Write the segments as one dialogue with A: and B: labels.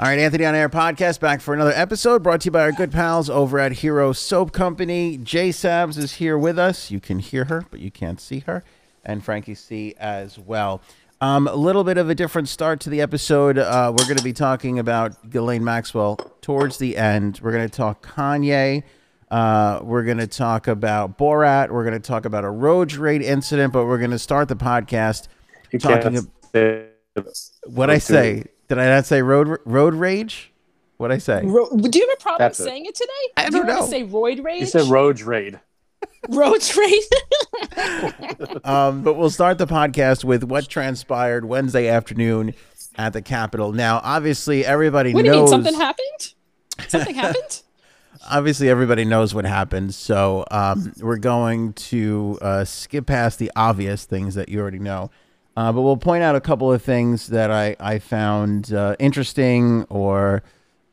A: All right, Anthony on Air podcast back for another episode brought to you by our good pals over at Hero Soap Company. Jay Sabs is here with us. You can hear her, but you can't see her, and Frankie C as well. Um, a little bit of a different start to the episode. Uh, we're going to be talking about Ghislaine Maxwell towards the end. We're going to talk Kanye. Uh, we're going to talk about Borat. We're going to talk about a road rage incident, but we're going to start the podcast
B: You
A: talking.
B: can't
A: ab-
B: say-
A: what I say? Did I not say road road rage? What I say?
C: Ro- do you have a problem
B: That's it.
C: saying it today?
A: I
C: do you
A: don't
C: want
A: know.
C: to say roid rage?
B: You said road raid.
C: road rage.
A: Um, but we'll start the podcast with what transpired Wednesday afternoon at the Capitol. Now, obviously, everybody
C: what do you mean?
A: knows.
C: Something happened? Something happened?
A: obviously, everybody knows what happened. So um, we're going to uh, skip past the obvious things that you already know. Uh, but we'll point out a couple of things that I, I found uh, interesting or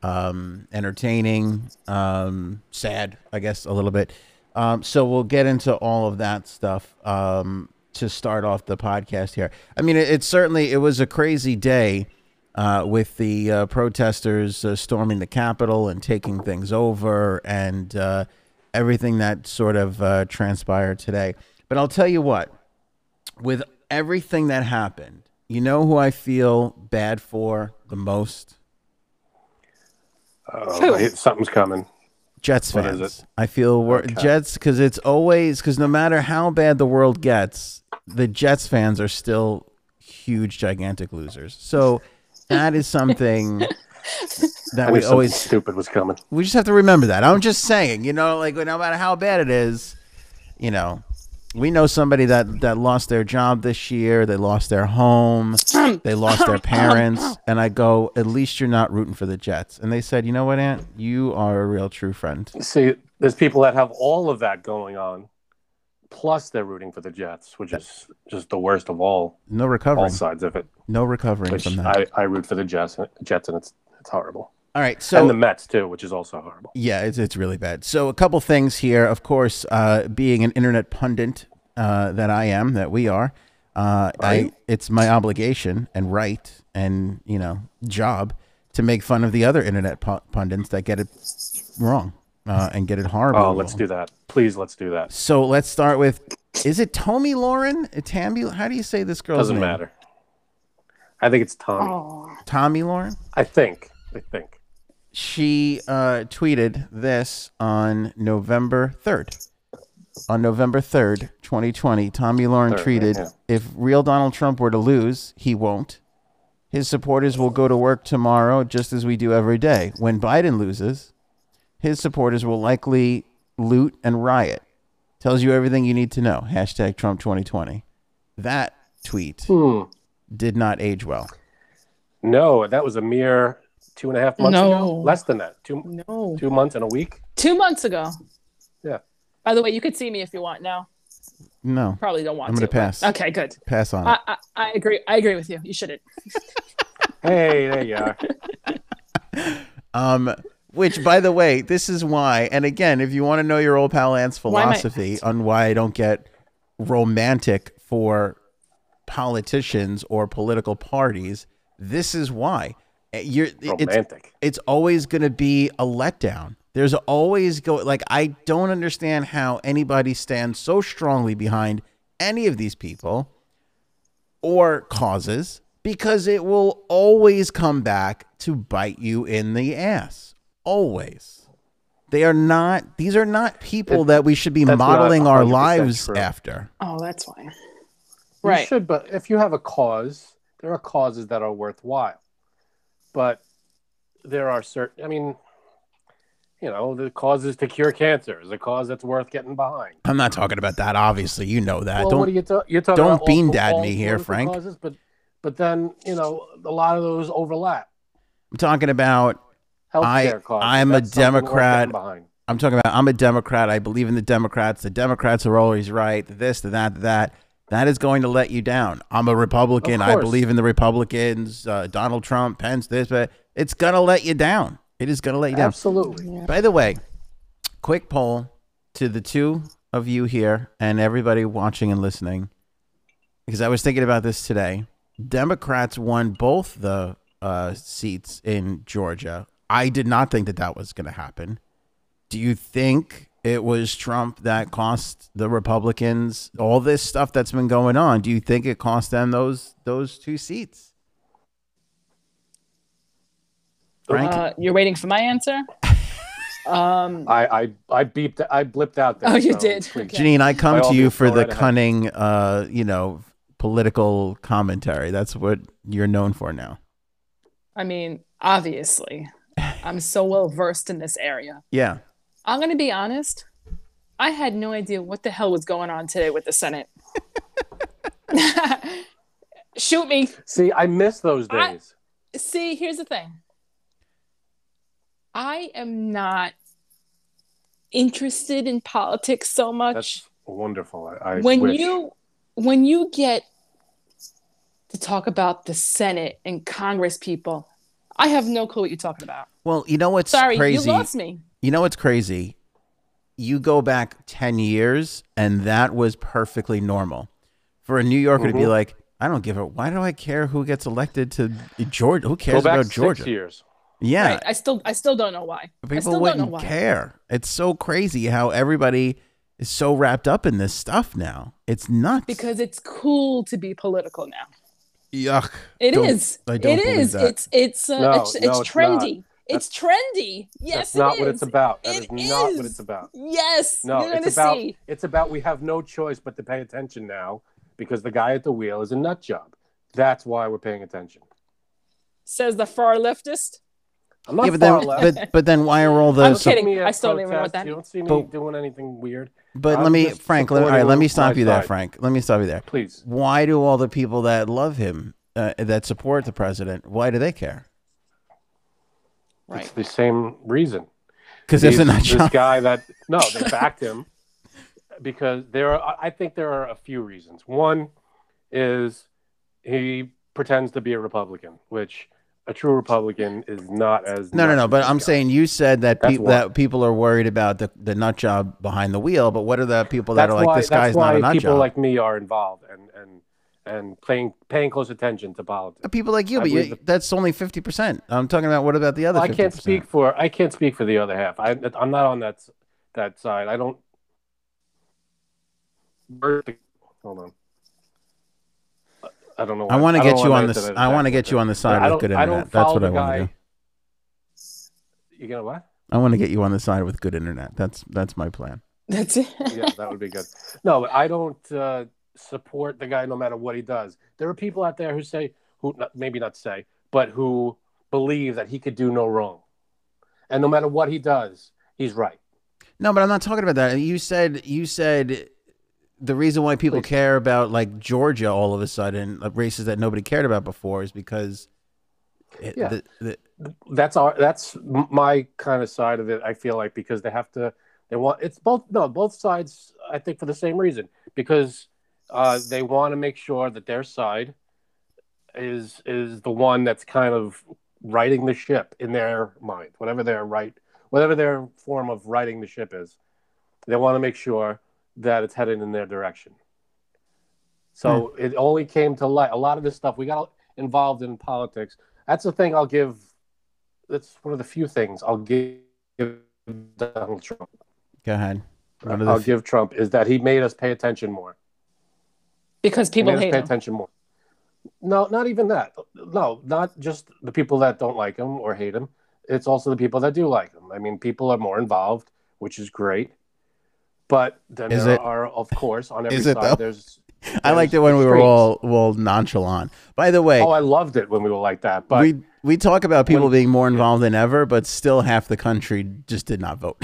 A: um, entertaining, um, sad, I guess, a little bit. Um, so we'll get into all of that stuff um, to start off the podcast here. I mean, it, it certainly it was a crazy day uh, with the uh, protesters uh, storming the Capitol and taking things over and uh, everything that sort of uh, transpired today. But I'll tell you what, with everything that happened, you know who I feel bad for the most?
B: Oh, I- something's coming.
A: Jets
B: What
A: fans.
B: is it?
A: I feel wor- Jets because it's always because no matter how bad the world gets, the Jets fans are still huge, gigantic losers. So that is something that
B: I knew
A: we
B: something
A: always
B: stupid was coming.
A: we just have to remember that. I'm just saying, you know, like no matter how bad it is, you know, we know somebody that that lost their job this year, they lost their home, they lost their parents, and I go, at least you're not rooting for the Jets. And they said, you know what, Aunt, you are a real true friend.
B: See, there's people that have all of that going on, plus they're rooting for the Jets, which is just the worst of all
A: No
B: all
A: recovering,
B: sides of it.
A: no recovering
B: Which
A: from that.
B: I, I root for the Jets, Jets, and it's it's horrible.
A: All right, so
B: and the Mets too, which is also horrible.
A: Yeah, it's, it's really bad. So, a couple things here. Of course, uh, being an internet pundit uh, that I am, that we are, uh, I,
B: Right.
A: it's my obligation and right and, you know, job to make fun of the other internet pu- pundits that get it wrong uh, and get it horrible.
B: Oh, let's do that, please. Let's do that.
A: So, let's start with is it Tommy Lauren? Tammy? How do you say this girl's
B: Doesn't
A: name?
B: matter. I think it's Tommy.
C: Oh,
A: Tommy Lauren?
B: I think. I think.
A: she uh, tweeted this on November 3rd. On November 3rd, 2020, Tommy Lauren
B: Third,
A: tweeted
B: yeah.
A: If real Donald Trump were to lose, he won't. His supporters will go to work tomorrow just as we do every day. When Biden loses, his supporters will likely loot and riot. Tells you everything you need to know. Hashtag Trump 2020. That tweet
B: Hmm.
A: did not age well.
B: No, that was a mere two and a half months
C: No.
B: ago. Less than that. Two
C: no.
B: two months and a week.
C: Two months ago.
B: Yeah.
C: By the way, you could see me if you want now.
A: No,
C: Probably don't want
A: I'm gonna
C: to.
A: pass. Oh.
C: but- Okay, good.
A: pass on. it.
C: I, I, I agree. I agree with you. You shouldn't.
B: Hey, there you are.
A: Um, which, by the way, this is why. And again, if you want to know your old pal Ant's
C: Why am I-
A: philosophy on why I don't get romantic for politicians or political parties, this is why. Uh, You're it's
B: Romantic.
A: it's always going to be a letdown. There's always go like I don't understand how anybody stands so strongly behind any of these people or causes because it will always come back to bite you in the ass. Always. They are not these are not people that we should be
B: that's not
A: modeling our
B: 100%
A: lives
B: true.
A: after.
C: Oh, that's why.
B: You
C: Right.
B: should, but if you have a cause, there are causes that are worthwhile. But there are certain, I mean, you know, the cause is to cure cancer is a cause that's worth getting behind.
A: I'm not talking about that obviously. You know that.
B: well,
A: don't
B: what are you ta- you're talking
A: don't
B: about all-
A: bean dad
B: all
A: me here,
B: political
A: Frank.
B: Causes, but, but then, you know, a lot of those overlap.
A: I'm talking about
B: Healthcare
A: I-
B: causes.
A: I'm a
B: that's something worth
A: Democrat.
B: getting Behind.
A: I'm talking about I'm a Democrat. I believe in the Democrats. The Democrats are always right. This, the that, the that. That is going to let you down. I'm a Republican.
B: Of
A: I
B: course.
A: believe in the Republicans. Uh, Donald Trump, Pence, this, but it's going to let you down. It is going to let you down.
B: Absolutely.
A: By the way, quick poll to the two of you here and everybody watching and listening, because I was thinking about this today. Democrats won both the uh, seats in Georgia. I did not think that that was going to happen. Do you think it was Trump that cost the Republicans all this stuff that's been going on? Do you think it cost them those those two seats? Frank?
C: Uh, you're waiting for my answer. um,
B: I I I beeped. I blipped out there.
C: Oh, you
B: so
C: did.
B: please.
C: Okay.
A: Janine, I come
B: By all
A: to you
B: means,
A: for
B: go
A: the
B: right ahead.
A: cunning, uh, you know, political commentary. That's what you're known for now.
C: I mean, obviously, I'm so well versed in this area.
A: Yeah.
C: I'm going to be honest. I had no idea what the hell was going on today with the Senate. Shoot me.
B: See, I miss those
C: I-
B: days.
C: See, here's the thing. I am not interested in politics so much.
B: That's wonderful. I, I
C: when
B: wish.
C: you when you get to talk about the Senate and Congress people, I have no clue what you're talking about.
A: Well, you know what's
C: Sorry,
A: crazy?
C: you lost me.
A: You know what's crazy? You go back 10 years and that was perfectly normal. For a New Yorker to be
B: Mhm.
A: like, I don't give a why do I care who gets elected to Georgia? Who
B: go
A: cares
B: back
A: about
B: six
A: Georgia?
B: years,
A: Yeah.
C: Right. I still I still don't know why. I still
A: People
C: don't know
A: wouldn't
C: why.
A: care. It's so crazy how everybody is so wrapped up in this stuff now. It's nuts.
C: Because it's cool to be political now.
A: yuck.
C: It
A: Don't-
C: is.
A: I don't
C: it
A: believe
C: is.
A: that.
C: It's it's uh,
B: No,
C: it's, it's
B: no, it's not.
C: trendy. It's trendy. Yes,
B: that's not
C: it
B: what
C: is.
B: it's about. That is
C: It
B: not what
C: is.
B: it's about.
C: Yes,
B: No,
C: you're gonna
B: it's about
C: see.
B: it's about we have no choice but to pay attention now because the guy at the wheel is a nut job. That's why we're paying attention.
C: Says the far leftist.
B: I'm not
A: yeah, but
B: far
A: then,
B: left.
A: but, but then why are all
C: I'm
A: those?
C: kidding.
B: See me at
C: I still don't even know what
B: protests.
C: that
B: You don't see me
A: But-
B: doing anything weird.
A: But
B: I'm
A: let me,
B: just
A: Frank. Let, all right,
B: supporting
A: let me stop
B: my
A: you there,
B: side.
A: Frank. Let me stop you there.
B: Please.
A: Why do all the people that love him, uh, that support the president, why do they care?
C: Right.
B: It's the same reason.
A: Because it's
B: These-
A: not
B: this
A: Trump.
B: guy that no, they backed him because there are. I I think there are a few reasons. One is he pretends to be a Republican, which a true Republican is not as.
A: No, no, no.
B: nuts
A: But
B: as
A: I'm
B: this guy.
A: saying you said that
B: That's
A: people
B: why.
A: that people are worried about the the nut job behind the wheel. But what are the people that
B: that's
A: are like
B: why,
A: this
B: that's
A: guy's
B: why
A: not a nut
B: people
A: job?
B: like me are involved and and and paying paying close attention to politics.
A: people like you,
B: I
A: but you,
B: believe the-
A: that's only fifty percent. I'm talking about what about the other?
B: I can't
A: 50%?
B: speak for I can't speak for the other half. I I'm not on that s- that side. I don't. Hold on. I don't know.
A: I
B: why-
A: want to
B: don't
A: get
B: know
A: you
B: why
A: on
B: I
A: this.
B: said it
A: I want to
B: exactly
A: get you
B: like
A: on the
B: that. But I
A: side with
B: don't-
A: good
B: I don't
A: internet. That's
B: follow
A: what I
B: the
A: want to
B: guy-
A: do.
B: You gonna what?
A: I want to get you on the side with good internet. That's that's my plan.
C: That's it.
B: yeah, that would be good. No, but I don't uh, support the guy no matter what he does. There are people out there who say, who not, maybe not say, but who believe that he could do no wrong, and no matter what he does, he's right.
A: No, but I'm not talking about that. You said you said the reason why people
B: Please.
A: care about like Georgia all of a sudden like, races that nobody cared about before is because it-
B: Yeah.
A: the- the-
B: That's our that's m- my kind of side of it. I feel like because they have to, they want it's both no both sides. I think for the same reason because uh, they want to make sure that their side is is the one that's kind of righting the ship in their mind, whatever their right, whatever their form of righting the ship is. They want to make sure that it's headed in their direction. So it only came to light. A lot of this stuff we got involved in politics. That's the thing I'll give. That's one of the few things I'll give Donald Trump.
A: go ahead. One of the
B: I'll
A: f-
B: give Trump is that he made us pay attention more.
C: Because
B: He
C: people
B: made us
C: hate
B: pay
C: him.
B: attention more. No, not even that. No, not just the people that don't like him or hate him. It's also the people that do like him. I mean, people are more involved, which is great. But then
A: Is
B: there
A: it-
B: are, of course, on every
A: Is it
B: side.
A: though?
B: There's.
A: I liked it when we were all all nonchalant. By the way,
B: Oh, I loved it when we were like that. But
A: we we talk about people
B: When-
A: being more involved than ever, but still half the country just did not vote.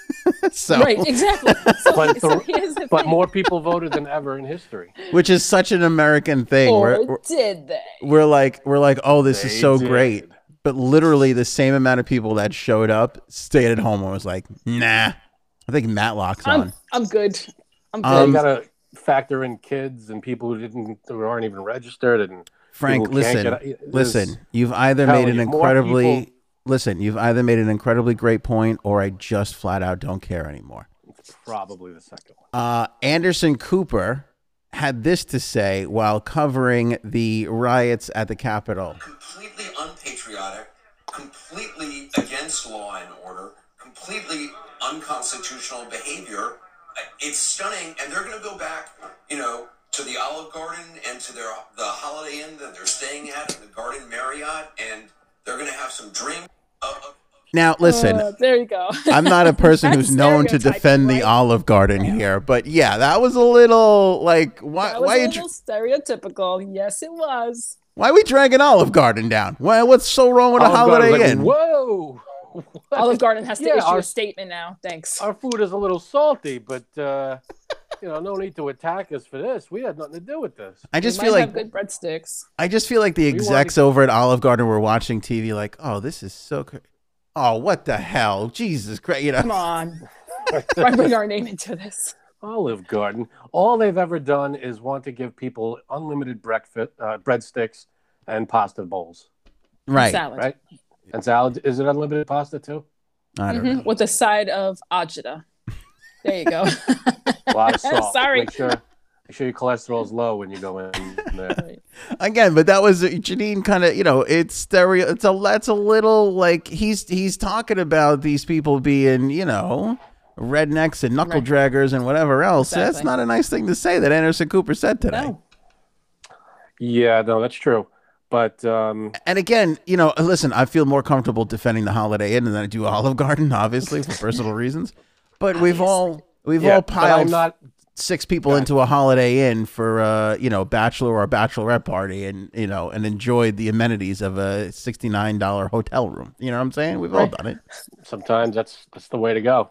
A: so,
C: Right, exactly. So,
B: But
C: so
B: the-
C: here's the
B: but
C: thing.
B: more people voted than ever in history.
A: which is such an American thing. We're- we're,
C: or did they?
A: we're like we're like oh this
B: They
A: is so
B: did.
A: great but literally the same amount of people that showed up stayed at home and was like nah i think matlock's
C: I'm,
A: on
C: I'm good. I'm good.
B: Yeah,
A: Um,
B: you gotta factor in kids and people who didn't who aren't even registered and
A: frank
B: people can't
A: listen
B: get- it-
A: listen you've either
B: telling
A: made an
B: you, more
A: incredibly
B: people-
A: listen you've either made an incredibly great point or i just flat out don't care anymore
B: It's probably the second one.
A: uh, anderson cooper had this to say while covering the riots at the capitol
D: completely unpaid unpatriotic, completely against law and order, completely unconstitutional behavior. It's stunning, and they're going to go back, you know, to the Olive Garden and to their the Holiday Inn that they're staying at, the Garden Marriott, and they're going to have some drink. Uh, uh,
A: Now, listen,
C: Uh, there you go.
A: I'm not a person who's
E: That's
A: known to
E: stereotyping,
A: defend
E: right?
A: the Olive Garden here, but yeah, that was a little like why
E: That was
A: why
E: a
A: you
E: little stereotypical. Yes, it was.
A: why we dragging Olive Garden down? Why what's so wrong with a
B: Olive Garden's
A: Holiday
B: like,
A: Inn?
B: Whoa.
E: Olive Garden has to
B: Yeah,
E: issue
B: our-
E: a statement now. Thanks.
B: Our food is a little salty, but uh, you know, no need to attack us for this. We had nothing to do with this.
A: I
E: We
A: just
E: might
A: feel like
E: have good breadsticks.
A: I just feel like the
B: wanted-
A: execs over at Olive Garden were watching TV like, oh, this is so. Cr- oh, what the hell, Jesus Christ! You
E: Come
A: know,
E: on. Why bring our name into this?
B: Olive Garden. All they've ever done is want to give people unlimited breakfast, uh, breadsticks, and pasta bowls,
A: right?
E: Salad.
B: right? And salad. Is it unlimited pasta too?
A: I don't
E: Mhm,
A: know.
E: With a side of ajita. There you go.
B: A lot of salt.
E: Sorry.
B: Make sure, make sure your cholesterol's low when you go in there.
A: Again, but that was uh, Janine. Kind of, you know, it's stereo. It's a. That's a little like he's he's talking about these people being, you know, rednecks and knuckle
E: Right.
A: draggers and whatever else. That's
E: Exactly.
A: not a nice thing to say that Anderson Cooper said today.
E: no.
B: Yeah, no, that's true. But um,
A: And again, you know, listen, I feel more comfortable defending the Holiday Inn than I do Olive Garden, obviously for personal reasons. But we've all we've
B: yeah,
A: all
B: but I'm
A: piled
B: not.
A: six people
B: Gotcha.
A: into a Holiday Inn for uh, you know bachelor or bachelorette party, and you know, and enjoyed the amenities of a sixty nine dollar hotel room. You know what I'm saying? We've all
B: Right.
A: done it.
B: Sometimes that's that's the way to go.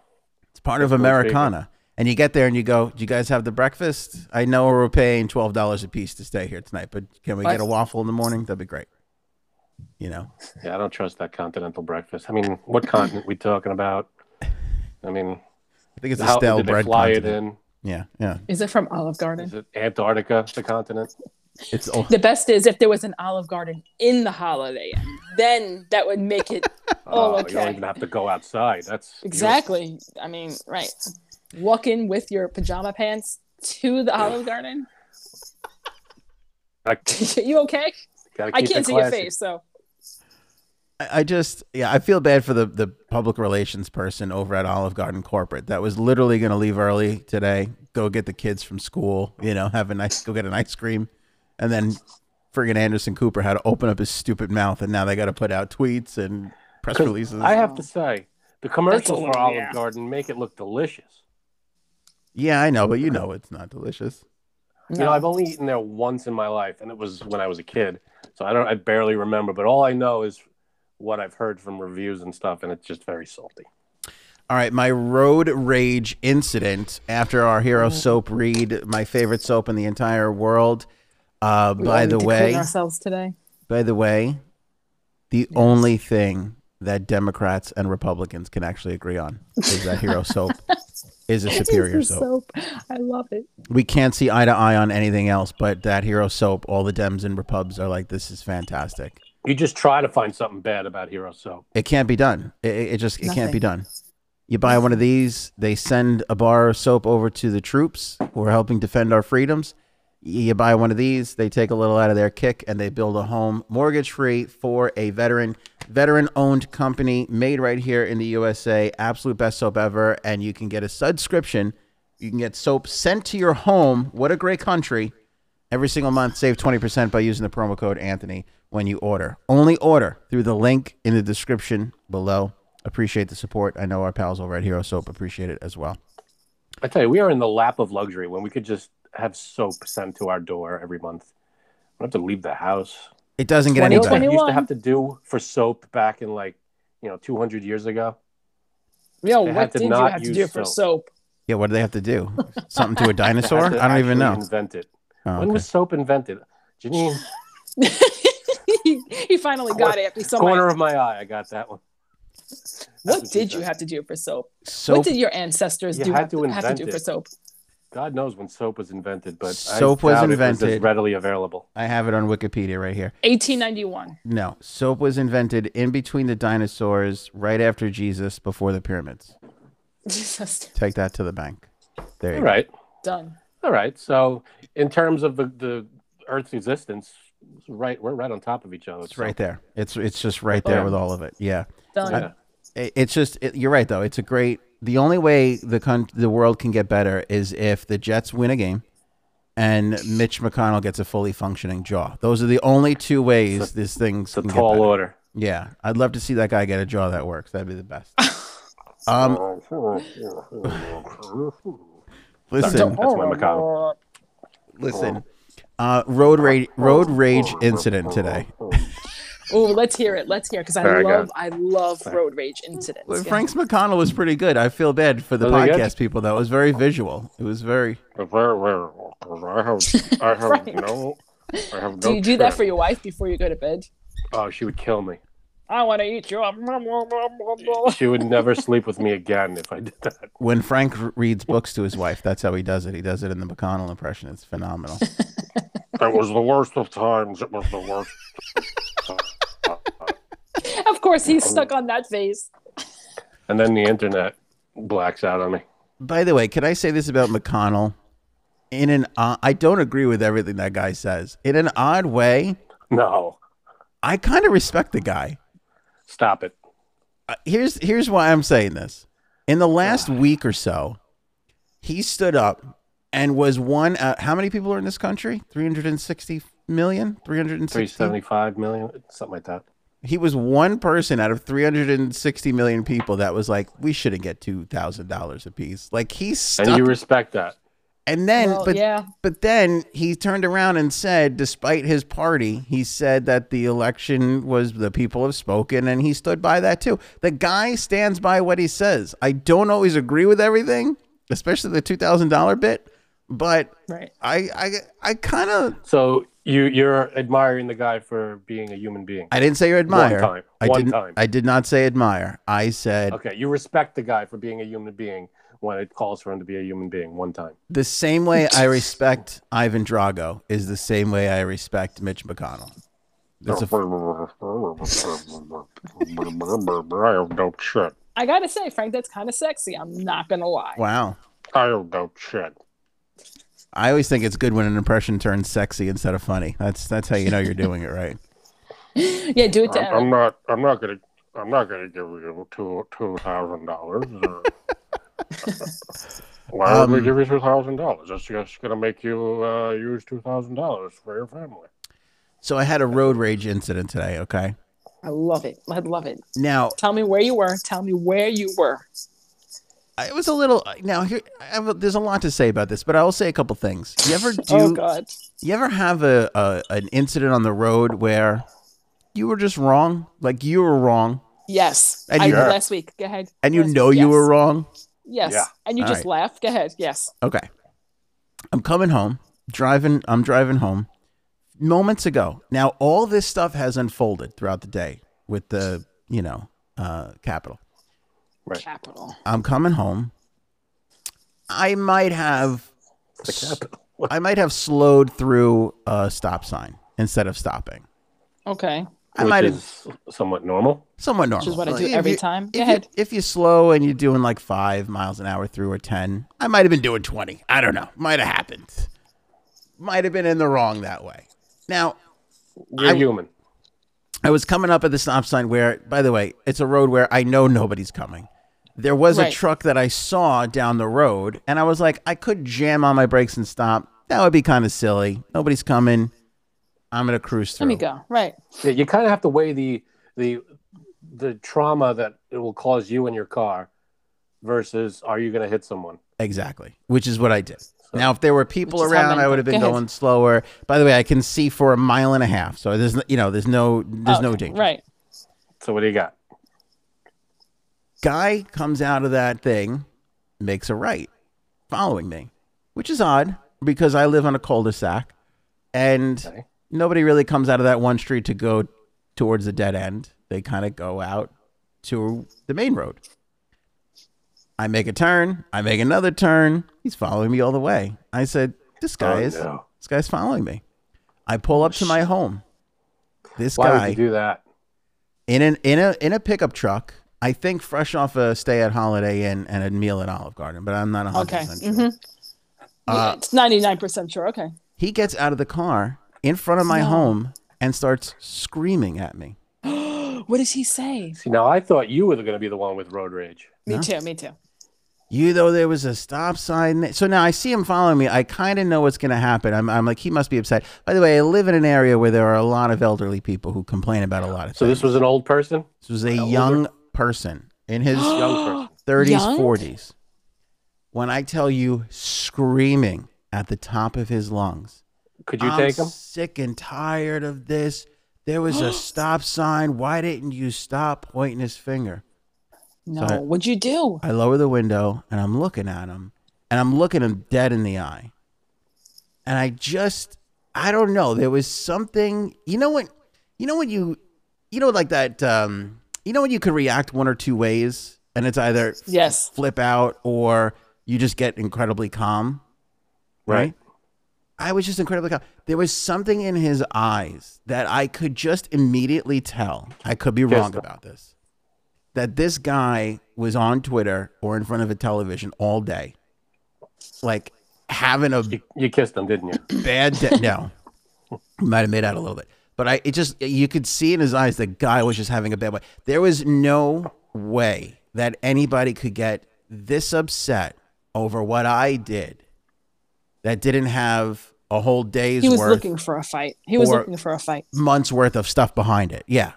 A: It's part of
B: Definitely
A: Americana. And you get there and you go, "Do you guys have the breakfast? I know we're paying twelve dollars a piece to stay here tonight, but can we
E: What?
A: get a waffle in the morning? That'd be great." You know,
B: Yeah, I don't trust that continental breakfast. I mean, what continent we talking about? I mean,
A: I think it's a
B: how
A: stale
B: did they
A: bread.
B: fly it
A: continent.
B: in?
A: Yeah, yeah.
E: Is it from Olive Garden?
B: Is it Antarctica, the continent?
A: It's all
E: The best is if there was an Olive Garden in the Holiday Inn, then that would make it Oh,
B: You don't
E: okay.
B: even have to go outside. That's
E: exactly. I mean, right. Walk in with your pajama pants to the Olive Garden.
B: Like-
E: you okay?
B: Gotta
E: I
B: keep
E: can't
B: it
E: see your
B: classy.
E: face, so
A: I I just, yeah, I feel bad for the, the public relations person over at Olive Garden Corporate that was literally going to leave early today, go get the kids from school, you know, have a nice, go get an ice cream. And then friggin' Anderson Cooper had to open up his stupid mouth and now they got to put out tweets and press
B: 'Cause
A: releases.
B: I have to say, the commercials
E: little-
B: for Olive
E: yeah.
B: Garden make it look delicious.
A: yeah, I know, but you know it's not delicious.
B: You know, I've only eaten there once in my life, and it was when I was a kid. So I don't, I barely remember. But all I know is what I've heard from reviews and stuff, and it's just very salty.
A: All right, my road rage incident after our
E: Oh.
A: hero soap read, my favorite soap in the entire world. Uh,
E: We
A: by
E: all
A: the
E: need to
A: way,
E: clean ourselves today.
A: By the way, the only thing that Democrats and Republicans can actually agree on is that hero soap is a superior
E: This is
A: soap.
E: soap. I love it.
A: We can't see eye to eye on anything else, but that hero soap, all the Dems and Repubs are like, this is fantastic.
B: You just try to find something bad about Hero Soap.
A: It can't be done. It, it it just it can't be done. You buy one of these, they send a bar of soap over to the troops who are helping defend our freedoms. Y- You buy one of these, they take a little out of their kick and they build a home mortgage free for a veteran, veteran owned company made right here in the USA. Absolute best soap ever. And you can get a subscription. You can get soap sent to your home. What a great country. Every single month, save 20% by using the promo code Anthony when you order. Only order through the link in the description below. Appreciate the support. I know our pals over at Hero Soap appreciate it as well.
B: I tell you, we are in the lap of luxury when we could just have soap sent to our door every month. We don't have to leave the house.
A: It doesn't get any
B: You know what
A: better.
B: they used to
E: 21.
B: have to do for soap back in like, you know, 200 years ago?
E: Yo,
B: They had
E: what
B: to
E: did you
B: not
E: have to
B: use
E: do for soap?
A: Yeah, what do they have to do? Something to a
B: They had
A: dinosaur?
B: to
A: I don't even
B: actually
A: know.
B: Invent it.
A: Oh,
B: When
A: okay.
B: was soap invented? Janine,
E: he, he finally got it. after somebody-
B: corner of my eye, I got that one. That's
E: what
B: she
E: did you
B: said.
E: have to do for soap?
A: Soap,
E: What did your ancestors
B: You
E: do
B: had
E: have
B: to
E: to, have to
B: invent
E: do
B: it.
E: for soap?
B: God knows when soap was invented, but I
A: Soap was
B: doubt it as
A: invented.
B: readily available.
A: I have it on Wikipedia right here.
E: 1891.
A: No, soap was invented in between the dinosaurs, right after Jesus, before the pyramids.
E: Jesus,
A: Take that to the bank. There you
B: All right,
E: done.
B: all right. So, in terms of the, the Earth's existence, It's right, we're right on top of each other.
A: It's right there. It's it's just right there
B: Oh, yeah.
A: with all of it. Yeah.
E: Done.
B: Yeah.
A: It- It's just it, you're right though. It's a great. The only way the con- the world can get better is if the Jets win a game, and Mitch McConnell gets a fully functioning jaw. Those are the only two ways this thing
B: It's a
A: can get
B: tall
A: better.
B: order.
A: Yeah, I'd love to see that guy get a jaw that works. That'd be the best. um,
B: Sorry.
A: listen,
B: That's my macabre.
A: listen. Uh, road rage, road rage incident today.
E: Oh, let's hear it. Let's hear because I
B: Very
E: love
B: good.
E: I love road rage incidents.
A: Well,
E: Yeah.
A: Frank's McConnell was pretty good. I feel bad for the
B: Was it good?
A: podcast people. That was very visual. It was very.
B: I have, I have
E: Frank.
B: no, I have no.
E: do you do that
B: strength.
E: for your wife before you go to bed?
B: Oh, she would kill me.
E: I want to eat you up.
B: She would never sleep with me again if I did that.
A: When Frank r- reads books to his wife, that's how he does it. He does it in the McConnell impression. It's phenomenal.
B: That was the worst of times. It was the worst.
E: Of course, he's stuck on that face.
B: And then the internet blacks out on me.
A: By the way, can I say this about McConnell? In an, uh, I don't agree with everything that guy says. In an odd way,
B: No,
A: I kind of respect the guy.
B: stop it.
A: uh, here's here's why I'm saying this. In the last week or so, he stood up and was one. Uh, how many people are in this country? 360 million? 360?
B: 375 million, something like that.
A: He was one person out of 360 million people that was like, we shouldn't get $2,000 a piece. Like he
B: And
A: stuck. And,
B: you respect that.
A: then,
E: Well,
A: but,
E: yeah,
A: but then he turned around and said, despite his party, he said that the election was the people have spoken, and he stood by that too. The guy stands by what he says. I don't always agree with everything, especially the two thousand dollar bit, but
E: right.
A: I I I kind of
B: So you you're admiring the guy for being a human being.
A: I didn't say you admire.
B: One time.
A: I
B: One
A: didn't.
B: time.
A: I did not say admire. I said
B: Okay, you respect the guy for being a human being when it calls for him to be a human being one time.
A: the same way I respect Ivan Drago is the same way I respect Mitch McConnell. That's a
B: I have no shit.
E: I gotta say, Frank, that's kind of sexy. I'm not gonna lie.
A: wow.
B: I have no shit.
A: I always think it's good when an impression turns sexy instead of funny. That's that's how you know you're doing it right.
E: Yeah, do it to
B: I'm, I'm
E: Eric.
B: not. I'm not gonna. I'm not gonna give you two two thousand dollars. Why would
A: Um,
B: we give you two thousand dollars? That's just gonna make you uh, use two thousand dollars for your family.
A: So I had a road rage incident today. Okay,
E: I love it. I love it.
A: now
E: Tell me where you were. Tell me where you were.
A: I- it was a little. Now here, I have a, there's a lot to say about this, but I will say a couple things. You ever do?
E: oh God.
A: You ever have a, a an incident on the road where you were just wrong, like you were wrong,
E: Yes.
A: And
E: I
A: you-
E: did last week. Go ahead.
A: and you
E: Yes,
A: know you
E: yes,
A: were wrong?
E: Yes.
B: Yeah.
E: And you
A: All
E: just
A: right.
E: laughed. Go ahead. Yes.
A: Okay. I'm coming home, driving, I'm driving home moments ago. Now, all this stuff has unfolded throughout the day with the, you know, uh, capital.
B: Right.
E: Capital.
A: I'm coming home. I might have,
B: It's the capital.
A: I might have slowed through a stop sign instead of stopping.
E: Okay.
A: I
B: Which
A: might have
B: is somewhat normal.
A: somewhat normal.
E: Which is what I do
A: If
E: every
A: you-
E: time. Go
A: If, you,
E: ahead.
A: if you're slow and you're doing like five miles an hour through or 10, I might have been doing 20. I don't know. Might have happened. Might have been in the wrong that way. Now,
B: You're
A: I-
B: human.
A: I was coming up at the stop sign where, by the way, it's a road where I know nobody's coming. There was a
E: Right.
A: truck that I saw down the road, and I was like, I could jam on my brakes and stop. That would be kind of silly. Nobody's coming. I'm going to cruise through.
E: Let me go. Right.
B: Yeah, you kind of have to weigh the the the trauma that it will cause you in your car versus are you gonna hit someone?
A: Exactly, which is what I did. Now, if there were people
E: Which is how
A: around,
E: mine
A: I would have
E: go.
A: been
E: Go ahead.
A: going slower. By the way, I can see for a mile and a half, so there's n- you know there's no there's no
E: Oh, Okay.
A: danger.
E: Right.
B: So what do you got?
A: Guy comes out of that thing, makes a right, following me, which is odd because I live on a cul-de-sac, and
B: Okay.
A: nobody really comes out of that one street to go towards the dead end. They kind of go out to the main road. I make a turn. I make another turn. He's following me all the way. I said, "This guy
B: Oh,
A: is."
B: no.
A: This guy's following me. I pull up to my home. This
B: Why
A: guy
B: would you do that?
A: in an in a in a pickup truck. I think fresh off a stay at Holiday Inn and a meal at Olive Garden, but I'm not Uh, 100%
E: Okay. Mm-hmm.
A: sure.
C: Mm-hmm.
E: Mhm. Yeah, it's ninety nine percent sure. Okay.
A: He gets out of the car in front of my
C: No.
A: home and starts screaming at me.
C: what does he say?
B: See, now I thought you were going to be the one with road rage.
C: Me
A: No.
C: too. Me too.
A: You though there was a stop sign. there." So now I see him following me. I kind of know what's going to happen. I'm, I'm like, he must be upset. By the way, I live in an area where there are a lot of elderly people who complain about a lot of
B: So
A: things.
B: this was an old person,
A: This was a
B: Elder?
A: young person in his
B: young person.
A: 30s,
C: Young?
A: 40s. When I tell you screaming at the top of his lungs,
B: Could you
A: I'm
B: take him?
A: sick and tired of this. There was a stop sign. Why didn't you stop pointing his finger?
C: No.
A: Sorry.
C: What'd you do?
A: I lower the window and I'm looking at him and I'm looking him dead in the eye. And I just I don't know. There was something you know when you know when you you know like that um you know when you could react one or two ways and it's either
C: Yes.
A: flip out or you just get incredibly calm.
B: Right.
A: I was just incredibly calm. There was something in his eyes that I could just immediately tell. I could be wrong
B: Yes.
A: about this. That this guy was on Twitter or in front of a television all day, like having a
B: You, you kissed him, didn't you?
A: bad day. No, might have made out a little bit, but I it just you could see in his eyes the guy was just having a bad way. There was no way that anybody could get this upset over what I did that didn't have a whole day's
C: He was
A: worth,
C: looking for a fight. He was
A: Or-
C: looking for a fight.
A: months worth of stuff behind it. Yeah.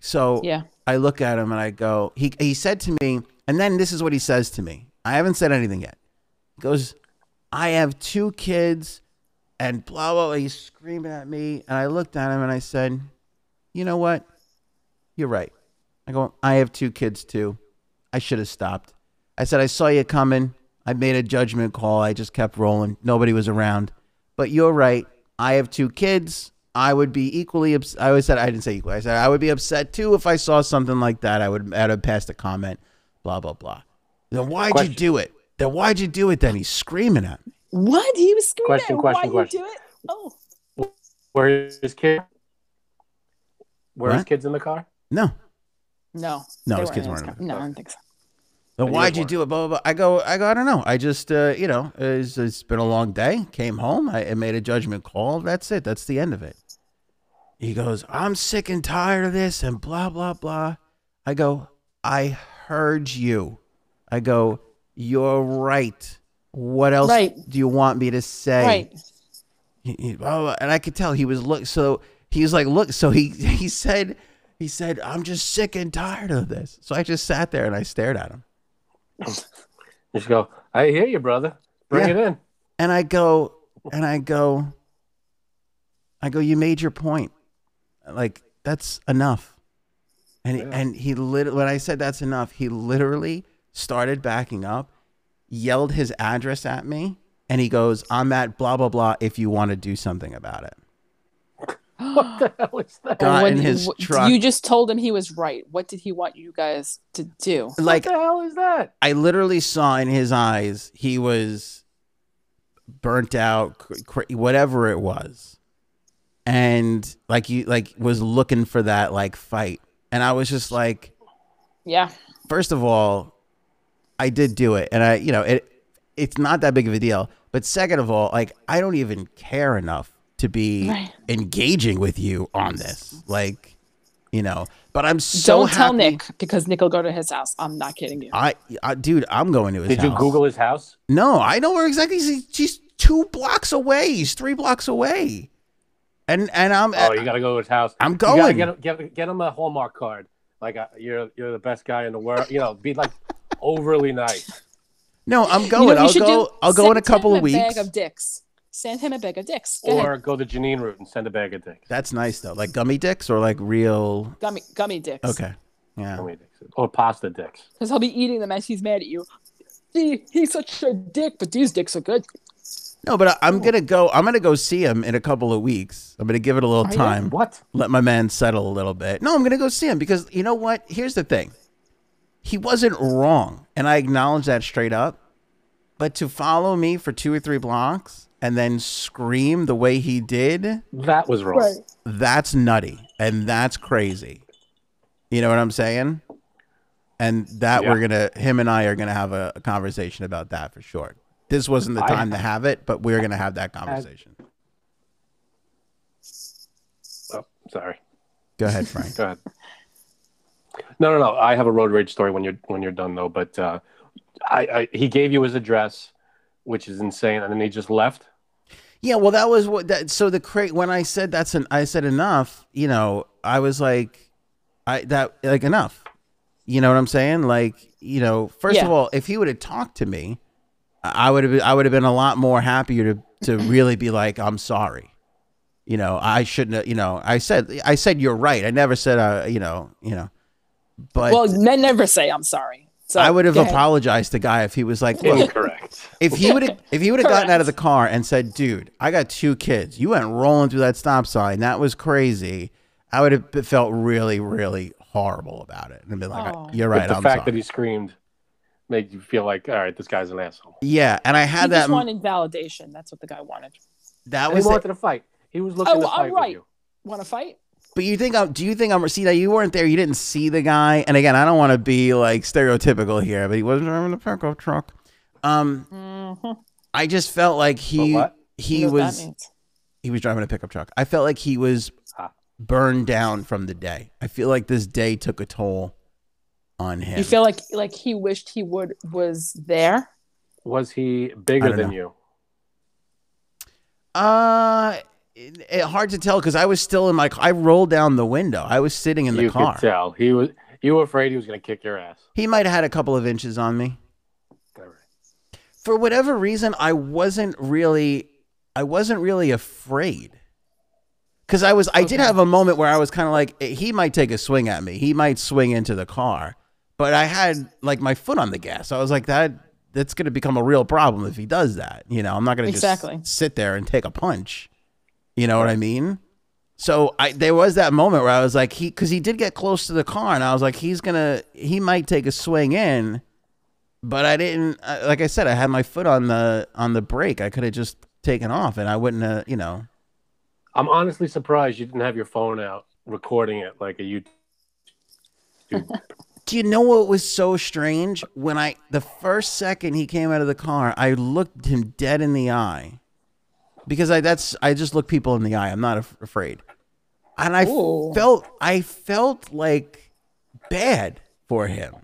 A: So
C: Yeah.
A: I look at him and I go, he he said to me, and then this is what he says to me. I haven't said anything yet. He goes, I have two kids and blah blah blah. He's screaming at me. And I looked at him and I said, You know what? You're right. I go, I have two kids too. I should have stopped. I said, I saw you coming. I made a judgment call. I just kept rolling. Nobody was around. But you're right. I have two kids. I would be equally ups- I always said I didn't say equally. I said I would be upset too if I saw something like that. I would I'd have passed a comment. Blah blah blah. Then why'd
B: Question.
A: you do it? Then why'd you do it? Then he's screaming at me.
C: What? He was screaming.
B: Question, question,
C: Why
B: question.
C: you do it? Oh,
B: Were his kid? Were his
A: What?
B: kids in the car?
A: No.
C: no.
A: No,
C: They
A: his kids
C: in
A: weren't
C: his
A: in
C: car. No, I don't think so.
A: Then
B: But
A: why'd
B: you're
A: you do it? Blah, blah blah. I go. I go. I don't know. I just uh, you know it's, it's been a long day. Came home. I, I made a judgment call. That's it. That's the end of it. He goes. I'm sick and tired of this and blah blah blah. I go. I heard you. I go. You're right. What else
C: Right.
A: do you want me to say?
C: Right.
A: He- he- blah, blah, blah. and I could tell he was look. So he was like, look. So he he said he said I'm just sick and tired of this. So I just sat there and I stared at him.
B: You just go. I hear you, brother. Bring
A: Yeah.
B: it in.
A: And I go, and I go, I go, you made your point. Like, that's enough. And,
B: Yeah.
A: and he literally, when I said that's enough, he literally started backing up, yelled his address at me, and he goes, I'm at blah, blah, blah, if you want to do something about it.
B: What the hell is that?
A: Got
C: What
A: in
C: did-
A: his
C: what-
A: truck.
C: You just told him he was right. What did he want you guys to do?
A: Like,
B: what the hell is that?
A: I literally saw in his eyes he was burnt out, cr- cr- whatever it was, and like you like was looking for that like fight, and I was just like,
C: Yeah.
A: first of all, I did do it, and I you know it it's not that big of a deal, but second of all, like I don't even care enough to be
C: Right.
A: engaging with you on this, like you know. But I'm so
C: Don't tell
A: happy-
C: Nick because Nick will go to his house. I'm not kidding you.
A: I, I, dude, I'm going to his
B: Did you
A: house.
B: Google his house?
A: No, I know where exactly he's. She's two blocks away. He's three blocks away, and and I'm
B: Oh, you got to go to his house.
A: Uh, I'm
B: You gotta
A: going.
B: get him, get, get him a Hallmark card. Like uh, you're you're the best guy in the world. You know, be like overly nice.
A: no, I'm
C: You
A: going.
C: know what you
A: I'll
C: should
A: go.
C: do?
A: I'll go in
C: Send
A: a couple
C: him
A: of weeks.
C: Bag of dicks. Send him a bag of dicks. Go ahead.
B: Or go the Janine route and send a bag of dicks.
A: That's nice though. Like gummy dicks or like real.
C: Gummy, gummy dicks.
A: Okay. Yeah.
B: How many dicks? Or pasta dicks.
C: Because he'll be eating them as he's mad at you. See, he's such a dick, but these dicks are good.
A: No, but I, I'm gonna go. I'm gonna go see him in a couple of weeks. I'm gonna give it a little
C: Are you?
A: time.
B: What?
A: Let my man settle a little bit. No, I'm gonna go see him because you know what? Here's the thing. He wasn't wrong, and I acknowledge that straight up. But to follow me for two or three blocks and then scream the way he did,
B: That was wrong.
A: that's nutty and that's crazy. You know what I'm saying? And that we're gonna him and I are gonna have a, a conversation about that for sure. This wasn't the
B: I-
A: time to have it, but we're gonna have that conversation.
B: Oh, Sorry.
A: Go ahead, Frank.
B: Go ahead. No, no, no. I have a road rage story when you're when you're done though. But uh, I, I he gave you his address, which is insane, and then he just left.
A: Yeah, well, that was what. That, so the crate when I said that's an I said enough. You know, I was like, I that like enough. You know what I'm saying? Like, you know, first of
C: Yeah.
A: all, if he would have talked to me, I would have I would have been a lot more happier to to really be like, I'm sorry. You know, I shouldn't. have, You know, I said I said you're right. I never said uh, you know, you know, but.
C: well, men never say I'm sorry. So
A: I would have
C: go ahead.
A: apologized to guy if he was like, "Look,
B: Incorrect.
A: if he would have if he would have gotten
C: Correct.
A: out of the car and said, "Dude, I got two kids. You went rolling through that stop sign. That was crazy." I would have felt really, really horrible about it and been like,
C: Oh.
A: "You're
B: But
A: right.
B: the
A: I'm
B: fact
A: sorry."
B: that he screamed made you feel like, all right, this guy's an asshole.
A: yeah, and I
C: He
A: had that.
C: just wanted validation. That's what the guy wanted.
A: that
B: And he
A: was.
B: wanted
A: the-
B: to fight. He was looking
C: Oh,
B: to
C: I'm
B: fight with
C: right.
B: you.
C: Want to fight?
A: but you think I'm? Do you think I'm? See, now you weren't there. You didn't see the guy. And again, I don't want to be like stereotypical here, but he wasn't driving a pickup truck. Um, I just felt like he
B: what?
A: he
C: Mm-hmm. You know what that
A: was
C: means.
A: he was driving a pickup truck. I felt like he was
B: Ah.
A: burned down from the day. I feel like this day took a toll on him.
C: You feel like like he wished he would was there.
B: Was he
A: I
B: bigger
A: don't
B: than
A: know.
B: you?
A: uh it, it- hard to tell because I was still in my. ca- I rolled down the window. I was sitting in the
B: you
A: car.
B: could tell he was. You were afraid he was going to kick your ass.
A: He might have had a couple of inches on me.
B: All right.
A: For whatever reason, I wasn't really. I wasn't really afraid. Because I was, I did have a moment where I was kind of like, eh, he might take a swing at me. He might swing into the car, but I had like my foot on the gas. I was like, that that's going to become a real problem if he does that. You know, I'm not going to
C: Exactly.
A: just sit there and take a punch. You know what I mean? So I there was that moment where I was like, he because he did get close to the car, and I was like, he's gonna, he might take a swing in, but I didn't. I- Like I said, I had my foot on the on the brake. I could have just taken off, and I wouldn't have, you know.
B: I'm honestly surprised you didn't have your phone out recording it like a YouTube.
A: Do you know what was so strange? When I the first second he came out of the car, I looked him dead in the eye. Because I that's I just look people in the eye. I'm not af- afraid. And I
C: Ooh.
A: felt I felt like bad for him.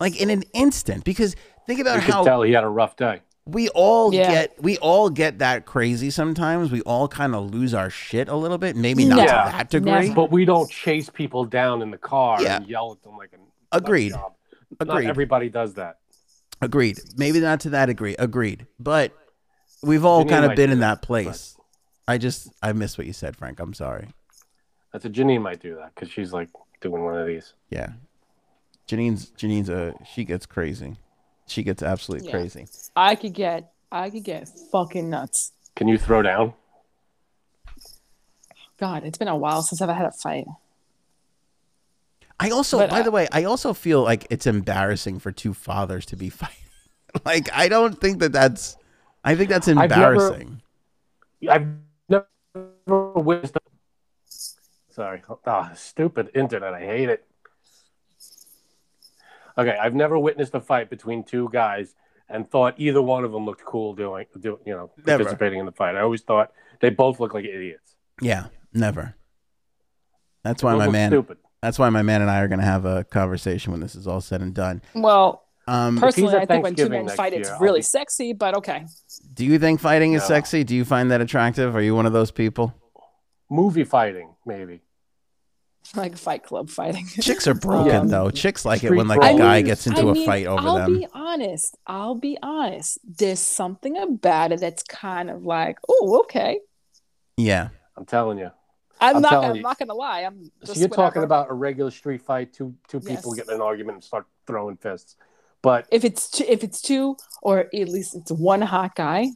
A: Like in an instant because think about
B: You
A: how
B: could tell he had a rough day.
A: we all
C: Yeah.
A: get we all get that crazy sometimes. We all kind of lose our shit a little bit. Maybe not
B: Yeah.
A: to that degree.
C: Never.
B: But we don't chase people down in the car
A: Yeah.
B: and yell at them like an
A: Agreed.
B: Job.
A: Agreed.
B: Not everybody does that.
A: Agreed. Maybe not to that degree. Agreed. But we've all
B: Janine
A: kind of
B: might
A: been
B: do
A: in
B: that,
A: that place. I just I missed what you said, Frank. I'm sorry.
B: That's a Janine might do that because she's like doing one of these.
A: Yeah. Janine's Janine's a she gets crazy. She gets absolutely
C: Yeah.
A: crazy.
C: I could get I could get fucking nuts.
B: Can you throw down?
C: God, it's been a while since I've had a fight.
A: I also
C: But
A: by
C: I-
A: the way, I also feel like it's embarrassing for two fathers to be fighting. like I don't think that that's I think that's
B: never-
A: embarrassing.
B: I've never witnessed. Sorry, ah, stupid internet. I hate it. Okay, I've never witnessed a fight between two guys and thought either one of them looked cool doing, do, you know,
A: Never.
B: participating in the fight. I always thought they both looked like idiots.
A: yeah, never. That's why
B: Both
A: my
B: looked
A: man
B: Stupid.
A: that's why my man and I are gonna have a conversation when this is all said and done.
C: Well,
A: Um
C: personally,
B: at
C: I think when two
B: Thanksgiving
C: men
B: next
C: fight, it's
B: year, I'll
C: really
B: be-
C: sexy. But okay,
A: Do you think fighting is
B: No.
A: sexy? Do you find that attractive? Are you one of those people?
B: Movie fighting, maybe.
C: like Fight Club fighting.
A: Chicks are broken
B: Yeah.
A: though. Chicks like it
B: Street
A: when like a
B: brawls.
A: guy
B: I mean-
A: gets into
C: a
A: a fight over
C: I'll
A: them.
C: be honest. I'll be honest. There's something about it that's kind of like, oh, okay.
A: yeah.
B: I'm telling you.
C: I'm,
B: I'm
C: not.
B: telling
C: I'm
B: you.
C: not gonna lie. I'm.
B: So
C: Just
B: you're talking
C: whatever.
B: about a regular street fight, two two people
C: Yes.
B: get in an argument and start throwing fists. But
C: if it's two, if it's two or at least it's one hot guy.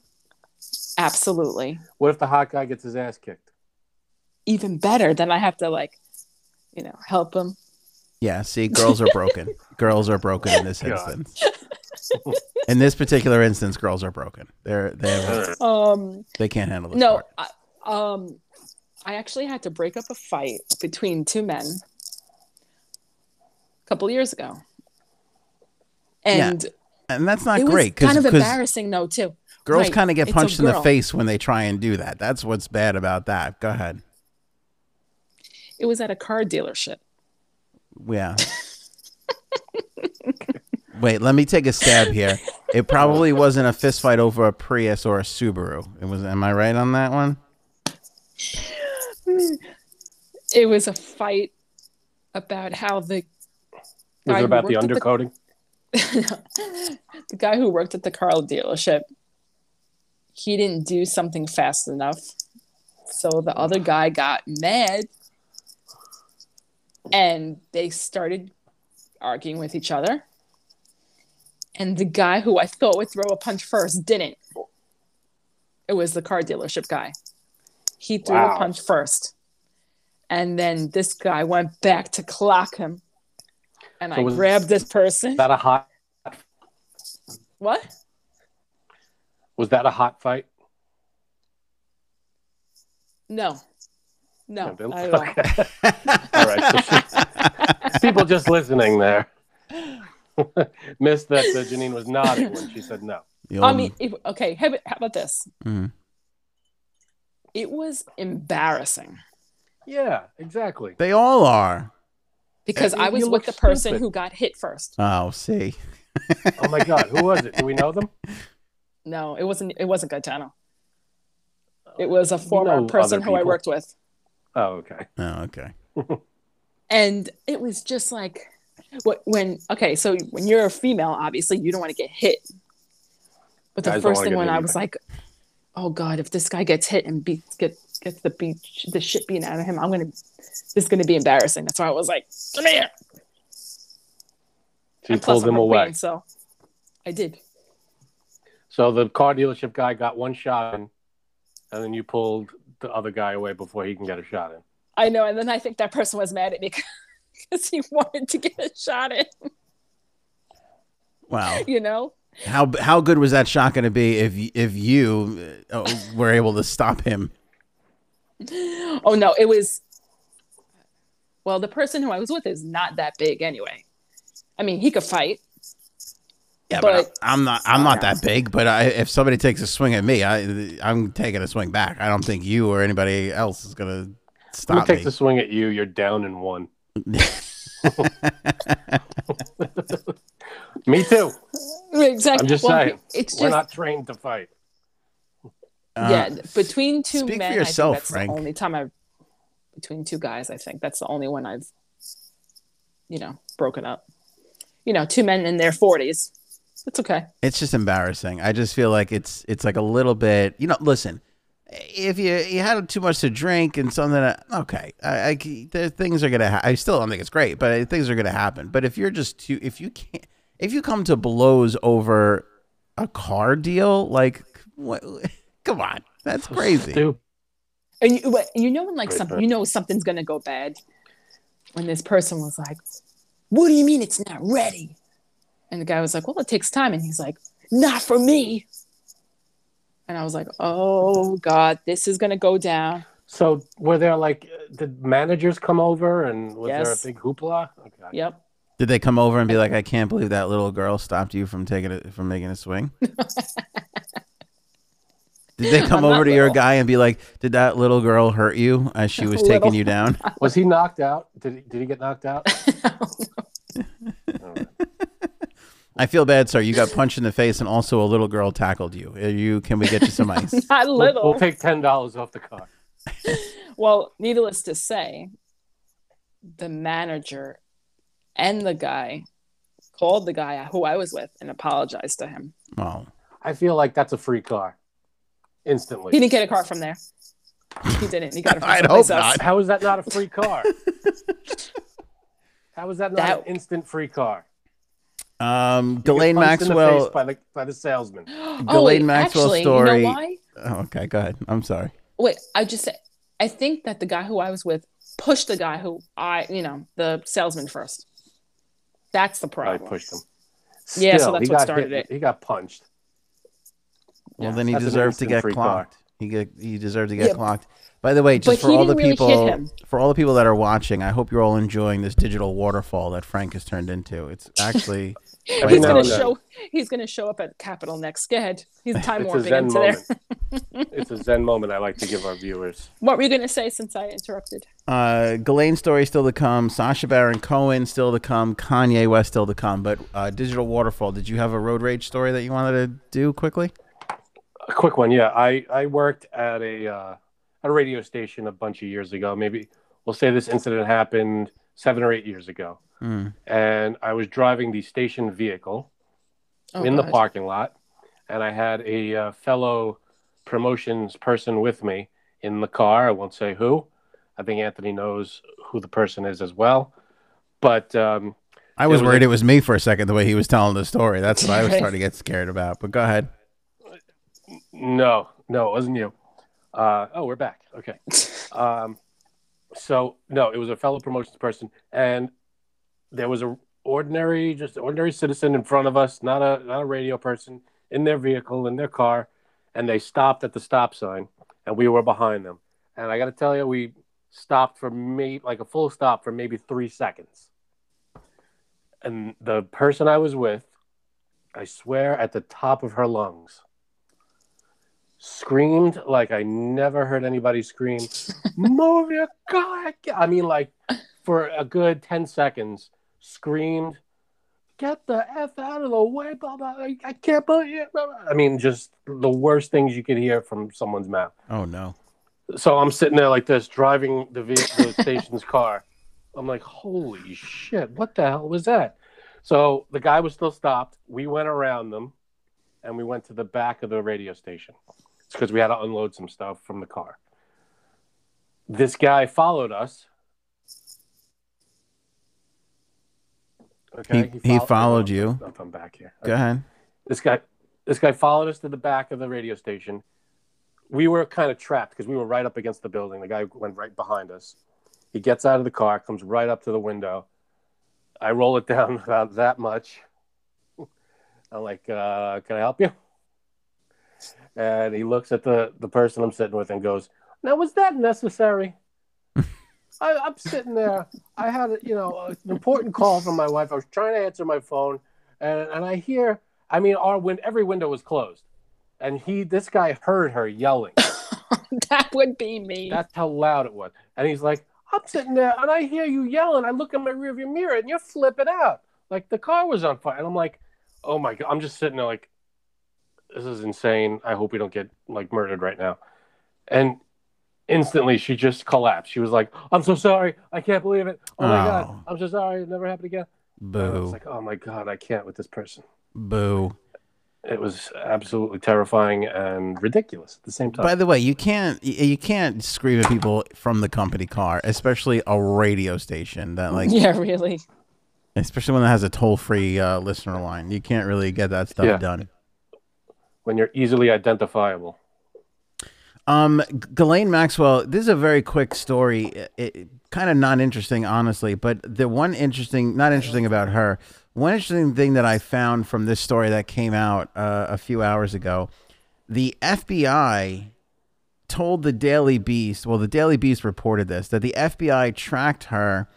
C: Absolutely,
B: what if the hot guy gets his ass kicked?
C: even better. Then I have to like, you know, help him.
A: Yeah. See, girls are broken. girls are broken in this
B: God.
A: instance. in this particular instance, girls are broken. They're they
C: Um,
A: they can't handle this.
C: no
A: part.
C: I, um i actually had to break up a fight between two men a couple years ago
A: Yeah,
C: and
A: And that's not
C: it
A: great
C: was kind of
A: because
C: embarrassing though too
A: girls
C: Right,
A: kind of get
C: it's a
A: punched in the
C: girl.
A: face when they try and do that. That's what's bad about that. Go ahead.
E: It was at a car dealership.
A: Yeah. Wait, let me take a stab here. It probably wasn't a fist fight over a Prius or a Subaru. It was. Am I right on that one?
E: It was a fight about how the
B: Was
E: I
B: it about the
E: worked at the-
B: undercoating?
E: the guy who worked at the car dealership he didn't do something fast enough so the other guy got mad and they started arguing with each other and the guy who i thought would throw a punch first didn't it was the car dealership guy he threw
B: Wow.
E: a punch first and then this guy went back to clock him and
B: So
E: i
B: was-
E: grabbed this person
B: Was that a hot?
E: what
B: Was that a hot fight?
E: No. No.
B: Okay.
E: not at all.
B: All right. so people just listening there missed that uh, Janine was nodding when she said no.
A: The
E: I
A: old-
E: mean, if, okay, how about, how about this?
A: Mhm.
E: It was embarrassing
B: Yeah, exactly.
A: they all are.
E: because
B: You-
E: I
B: you
E: was
B: look
E: with the person
B: stupid.
E: who got hit first.
A: Oh, see.
B: Oh my God, who was it? Do we know them?
E: No, it wasn't. It wasn't Gaetano. It was a former
B: know
E: person
B: other
E: who I
B: people.
E: worked with,
B: Oh, okay.
A: Oh, okay.
E: and it was just like, what when? Okay, so when you're a female, obviously you don't want to get hit. But the
B: Guys don't
E: first
B: wanna
E: thing
B: get
E: when
B: hit
E: I
B: either.
E: was like, oh god, if this guy gets hit and beat get, gets the beat the shit beaten out of him, I'm gonna this is gonna be embarrassing. That's why I was like, come here.
B: She
E: And plus
B: pulled them
E: I'm a
B: away.
E: queen, so I did.
B: So the car dealership guy got one shot in, and then you pulled the other guy away before he can get a shot in.
E: I know, and then I think that person was mad at me because he wanted to get a shot at,
A: Wow.
E: you know?
A: How how good was that shot going to be if y- if you uh, oh, were able to stop him?
E: Oh no, it was well, the person who I was with is not that big anyway. I mean, he could fight.
A: Yeah, but,
E: But-
A: I, am not I'm not that big. But I, if somebody takes a swing at me, I I'm taking a swing back. I don't think you or anybody else is going to
B: Who
A: stop me.
B: takes a swing at you? You're down in one. Me too.
E: Exactly.
B: I'm just
E: Well,
B: saying.
E: It's just
B: We're not trained to fight.
A: Uh,
E: yeah, between two
A: speak for
E: men,
A: yourself,
E: I think that's
A: Frank.
E: the only time I've between two guys, I think that's the only one I've you know, broken up. You know, two men in their 40s. It's okay.
A: It's just embarrassing. I just feel like it's it's like a little bit. You know, listen. If you you had too much to drink and something, uh, okay, I, I c- there, things are gonna. Ha- I still don't think it's great, but uh, things are gonna happen. But if you're just too, if you can't, if you come to blows over a car deal, like, what, come on, that's crazy.
B: Dude,
E: And you, but you know when like
B: Right,
E: something
B: right.
E: you know something's gonna go bad. When this person was like, "What do you mean it's not ready?" And the guy was like, "Well, it takes time." And he's like, "Not for me." And I was like, "Oh God, this is gonna go down."
B: So were there like uh, did managers come over and was
E: Yes.
B: there a big hoopla? Okay.
E: Yep.
A: Did they come over and be like, I can't believe that little girl stopped you from taking it from making a swing? Did they come
E: I'm not
A: over to your
E: little.
A: guy and be like, "Did that little girl hurt you as she was taking
E: Little.
A: you down?"
B: Was he knocked out? Did he, did he get knocked out? All right.
A: I feel bad, sir. You got punched in the face, and also a little girl tackled you. Are you? Can we get you some ice?
E: not
B: We'll-
E: little.
B: We'll, take ten dollars off the car.
E: Well, needless to say, the manager and the guy called the guy who I was with and apologized to him.
A: Well,
B: I feel like that's a free car,
E: He
B: instantly.
E: didn't get a car from there. He didn't. He got it from
A: I'd
E: someplace
A: hope
E: else.
A: not.
B: How is that not a free car? How is that not
E: That-
B: an instant free car?
A: um,
B: You get
A: Ghislaine
B: punched in the
A: Maxwell.
B: face by the by the salesman.
E: Oh, wait,
A: Ghislaine Maxwell
E: actually,
A: story.
E: You know why?
A: Oh, okay, go ahead. I'm sorry.
E: Wait, I just said, I think that the guy who I was with pushed the guy who I, you know, the salesman first. That's the
B: Probably
E: problem.
B: pushed him.
E: Yeah, so
B: Still,
E: that's
B: he
E: what
B: got
E: started
B: hit-
E: it.
B: He got punched.
A: Well,
E: Yeah,
A: then he
B: that's an
A: deserved to
B: instant
A: get
B: free
A: clocked. He get he deserved to get
E: Yeah.
A: clocked. By the way, just
E: But
A: for
E: he
A: all the
E: didn't really
A: people
E: hit him.
A: for all the people that are watching, I hope you're all enjoying this digital waterfall that Frank has turned into. It's actually
B: Every
E: He's
B: now
E: gonna
B: and then.
E: show. He's gonna show up at Capitol next. Go ahead. He's time
B: It's a
E: warping
B: Zen
E: into there.
B: moment. it's a Zen moment I like to give our viewers.
E: What were you gonna say since I interrupted?
A: uh, Ghislaine story still to come, Sasha Baron Cohen still to come, Kanye West still to come. But uh, digital waterfall. Did you have a road rage story that you wanted to do quickly?
B: A quick one, yeah. I I worked at a uh, a radio station a bunch of years ago. Maybe we'll say this incident happened seven or eight years ago,
A: Mm.
B: and I was driving the station vehicle
C: Oh,
B: in the
C: God.
B: parking lot, and I had a uh, fellow promotions person with me in the car. I won't say who. I think Anthony knows who the person is as well, but. Um,
A: I was
B: was
A: worried
B: a-
A: it was me for a second the way he was telling the story. That's what I was
C: Right.
A: starting to get scared about. But go ahead.
B: No, no, it wasn't you. Uh, oh, we're back. Okay. Um, so no, it was a fellow promotions person, and there was a ordinary, just ordinary citizen in front of us, not a not a radio person, in their vehicle, in their car, and they stopped at the stop sign, and we were behind them. And I got to tell you, we stopped for maybe like a full stop for maybe three seconds. And the person I was with, I swear, at the top of her lungs, screamed like I never heard anybody scream. Move your car! I mean, like for a good ten seconds, screamed, "Get the f out of the way!" Blah blah. I, I can't believe. It. blah, blah." I mean, just the worst things you could hear from someone's mouth.
A: Oh no.
B: So I'm sitting there like this, driving the vehicle the station's car. I'm like, holy shit, what the hell was that? So the guy was still stopped. We went around them and we went to the back of the radio station. It's because we had to unload some stuff from the car. This guy followed us. Okay.
A: He- he followed you.
B: Up, I'm back here.
A: Go ahead.
B: This guy, this guy followed us to the back of the radio station. We were kind of trapped because we were right up against the building. The guy went right behind us. He gets out of the car, comes right up to the window. I roll it down about that much. I'm like, uh, "Can I help you?" And he looks at the the person I'm sitting with and goes, "Now was that necessary?" I, I'm sitting there. I had, a, you know, an important call from my wife. I was trying to answer my phone, and, and I hear I mean, our win- every window was closed, and he, this guy, heard her yelling.
E: That would be me.
B: That's how loud it was. And he's like, "I'm sitting there, and I hear you yelling. I look in my rearview mirror, and you're flipping out like the car was on fire." And I'm like, "Oh my god!" I'm just sitting there like, "This is insane. I hope we don't get like murdered right now." And instantly, she just collapsed. She was like, "I'm so sorry. I can't believe it. Oh my
A: Oh.
B: god, I'm so sorry. It never happened again." And I was
A: Boo.
B: like, "Oh my god, I can't with this person."
A: Boo.
B: it was absolutely terrifying and ridiculous at the same time.
A: By the way, you can't y- you can't scream at people from the company car, especially a radio station that like,
E: yeah, really.
A: especially one that has a toll free uh, listener line. You can't really get that stuff
B: Yeah.
A: done.
B: when you're easily identifiable,
A: Um, G- Ghislaine Maxwell, this is a very quick story. It, it, kind of not interesting, honestly, but the one interesting, not interesting about her, one interesting thing that I found from this story that came out uh, a few hours ago the FBI told the Daily Beast, well, the Daily Beast reported this, that the FBI tracked her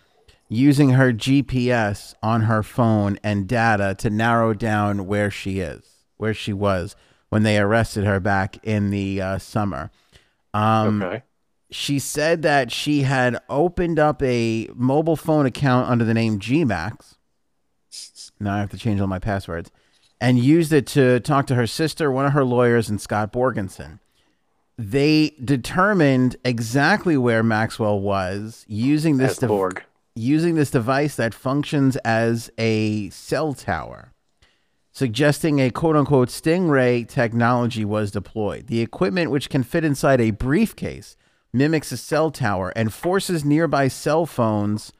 A: using her GPS on her phone and data to narrow down where she is, where she was when they arrested her back in the uh, summer. Um,
B: okay,
A: She said that she had opened up a mobile phone account under the name Gmax. Now I have to change all my passwords and used it to talk to her sister, one of her lawyers, and Scott Borgenson. They determined exactly where Maxwell was using this
B: this
A: device
B: Borg.
A: using this device that functions as a cell tower, suggesting a quote unquote stingray technology was deployed. The equipment, which can fit inside a briefcase, mimics a cell tower and forces nearby cell phones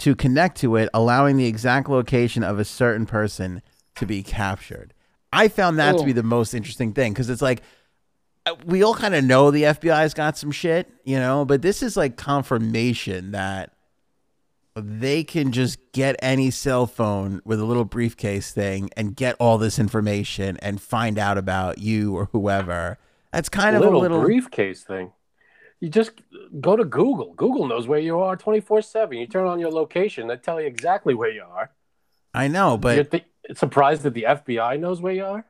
A: to connect to it, allowing the exact location of a certain person to be captured. I found that to be the most interesting thing because it's like, uh, we all kind of know the FBI's got some shit, you know, but this is like confirmation that they can just get any cell phone with a little briefcase thing and get all this information and find out about you or whoever. That's kind of
B: little
A: a little
B: briefcase thing. You just go to Google. Google knows where you are 24 7. You turn on your location, they tell you exactly where you are.
A: I know,
B: You're
A: but
B: thi- surprised that the FBI knows where you are?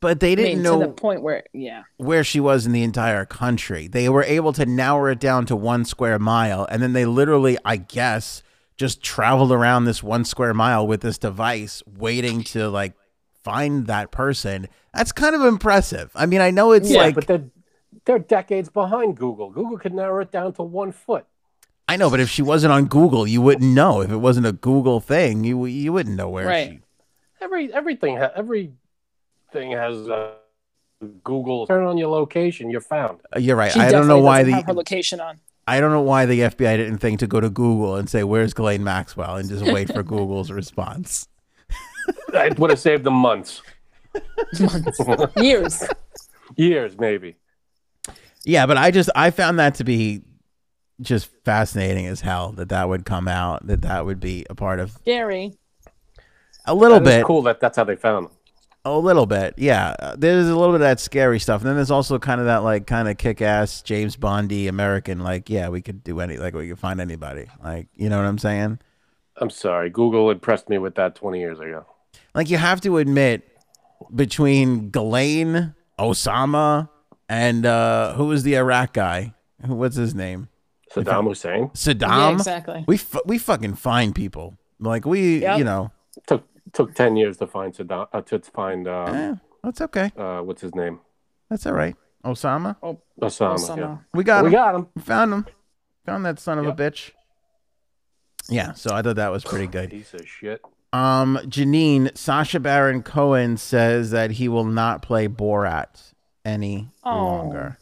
A: but they
E: I mean,
A: didn't
E: to
A: know
E: the point where, yeah,
A: where she was in the entire country. They were able to narrow it down to one square mile, and then they literally, I guess, just traveled around this one square mile with this device, waiting to like find that person. That's kind of impressive. I mean, I know it's
B: yeah,
A: like
B: but they're, they're decades behind Google. Google could narrow it down to one foot.
A: I know, but if she wasn't on Google, you wouldn't know. If it wasn't a Google thing, you you wouldn't know where
E: Right.
A: she.
B: Every everything ha- everything has uh, Google. Turn on your location, you're found.
A: Uh, You're right.
E: she
A: I don't know
E: definitely
A: why
E: doesn't have her
A: the
E: location on.
A: I don't know why the FBI didn't think to go to Google and say where's Glenn Maxwell and just wait for Google's response.
B: It would have saved them months,
E: Months, years.
B: years maybe.
A: Yeah, but I just I found that to be just fascinating as hell that that would come out that that would be a part of
E: Scary.
A: a little
B: That is
A: bit
B: cool that that's how they found them.
A: a little bit yeah Uh, there's a little bit of that scary stuff and then there's also kind of that like kind of kick-ass james bondy american like yeah we could do any like we could find anybody like you know what i'm saying
B: I'm sorry, Google impressed me with that 20 years ago.
A: like you have to admit between Ghislaine, Osama, and uh who was the Iraq guy? Who- What's his name?
B: Saddam Hussein
A: Saddam.
E: yeah, exactly.
A: We fu- we fucking find people. Like we,
E: Yep.
A: you know,
B: took took 10 years to find Saddam uh, to find uh,
A: eh, that's okay.
B: uh, what's his name
A: That's all right. Osama,
B: Osama.
E: Osama.
B: Yeah.
A: we got
B: We
A: him.
B: got him.
A: We found him. Found that son of
B: Yep.
A: a bitch. Yeah, so I thought that was pretty good.
B: Piece of shit.
A: Um, Janine, Sasha Baron Cohen says that he will not play Borat any
E: Oh.
A: longer.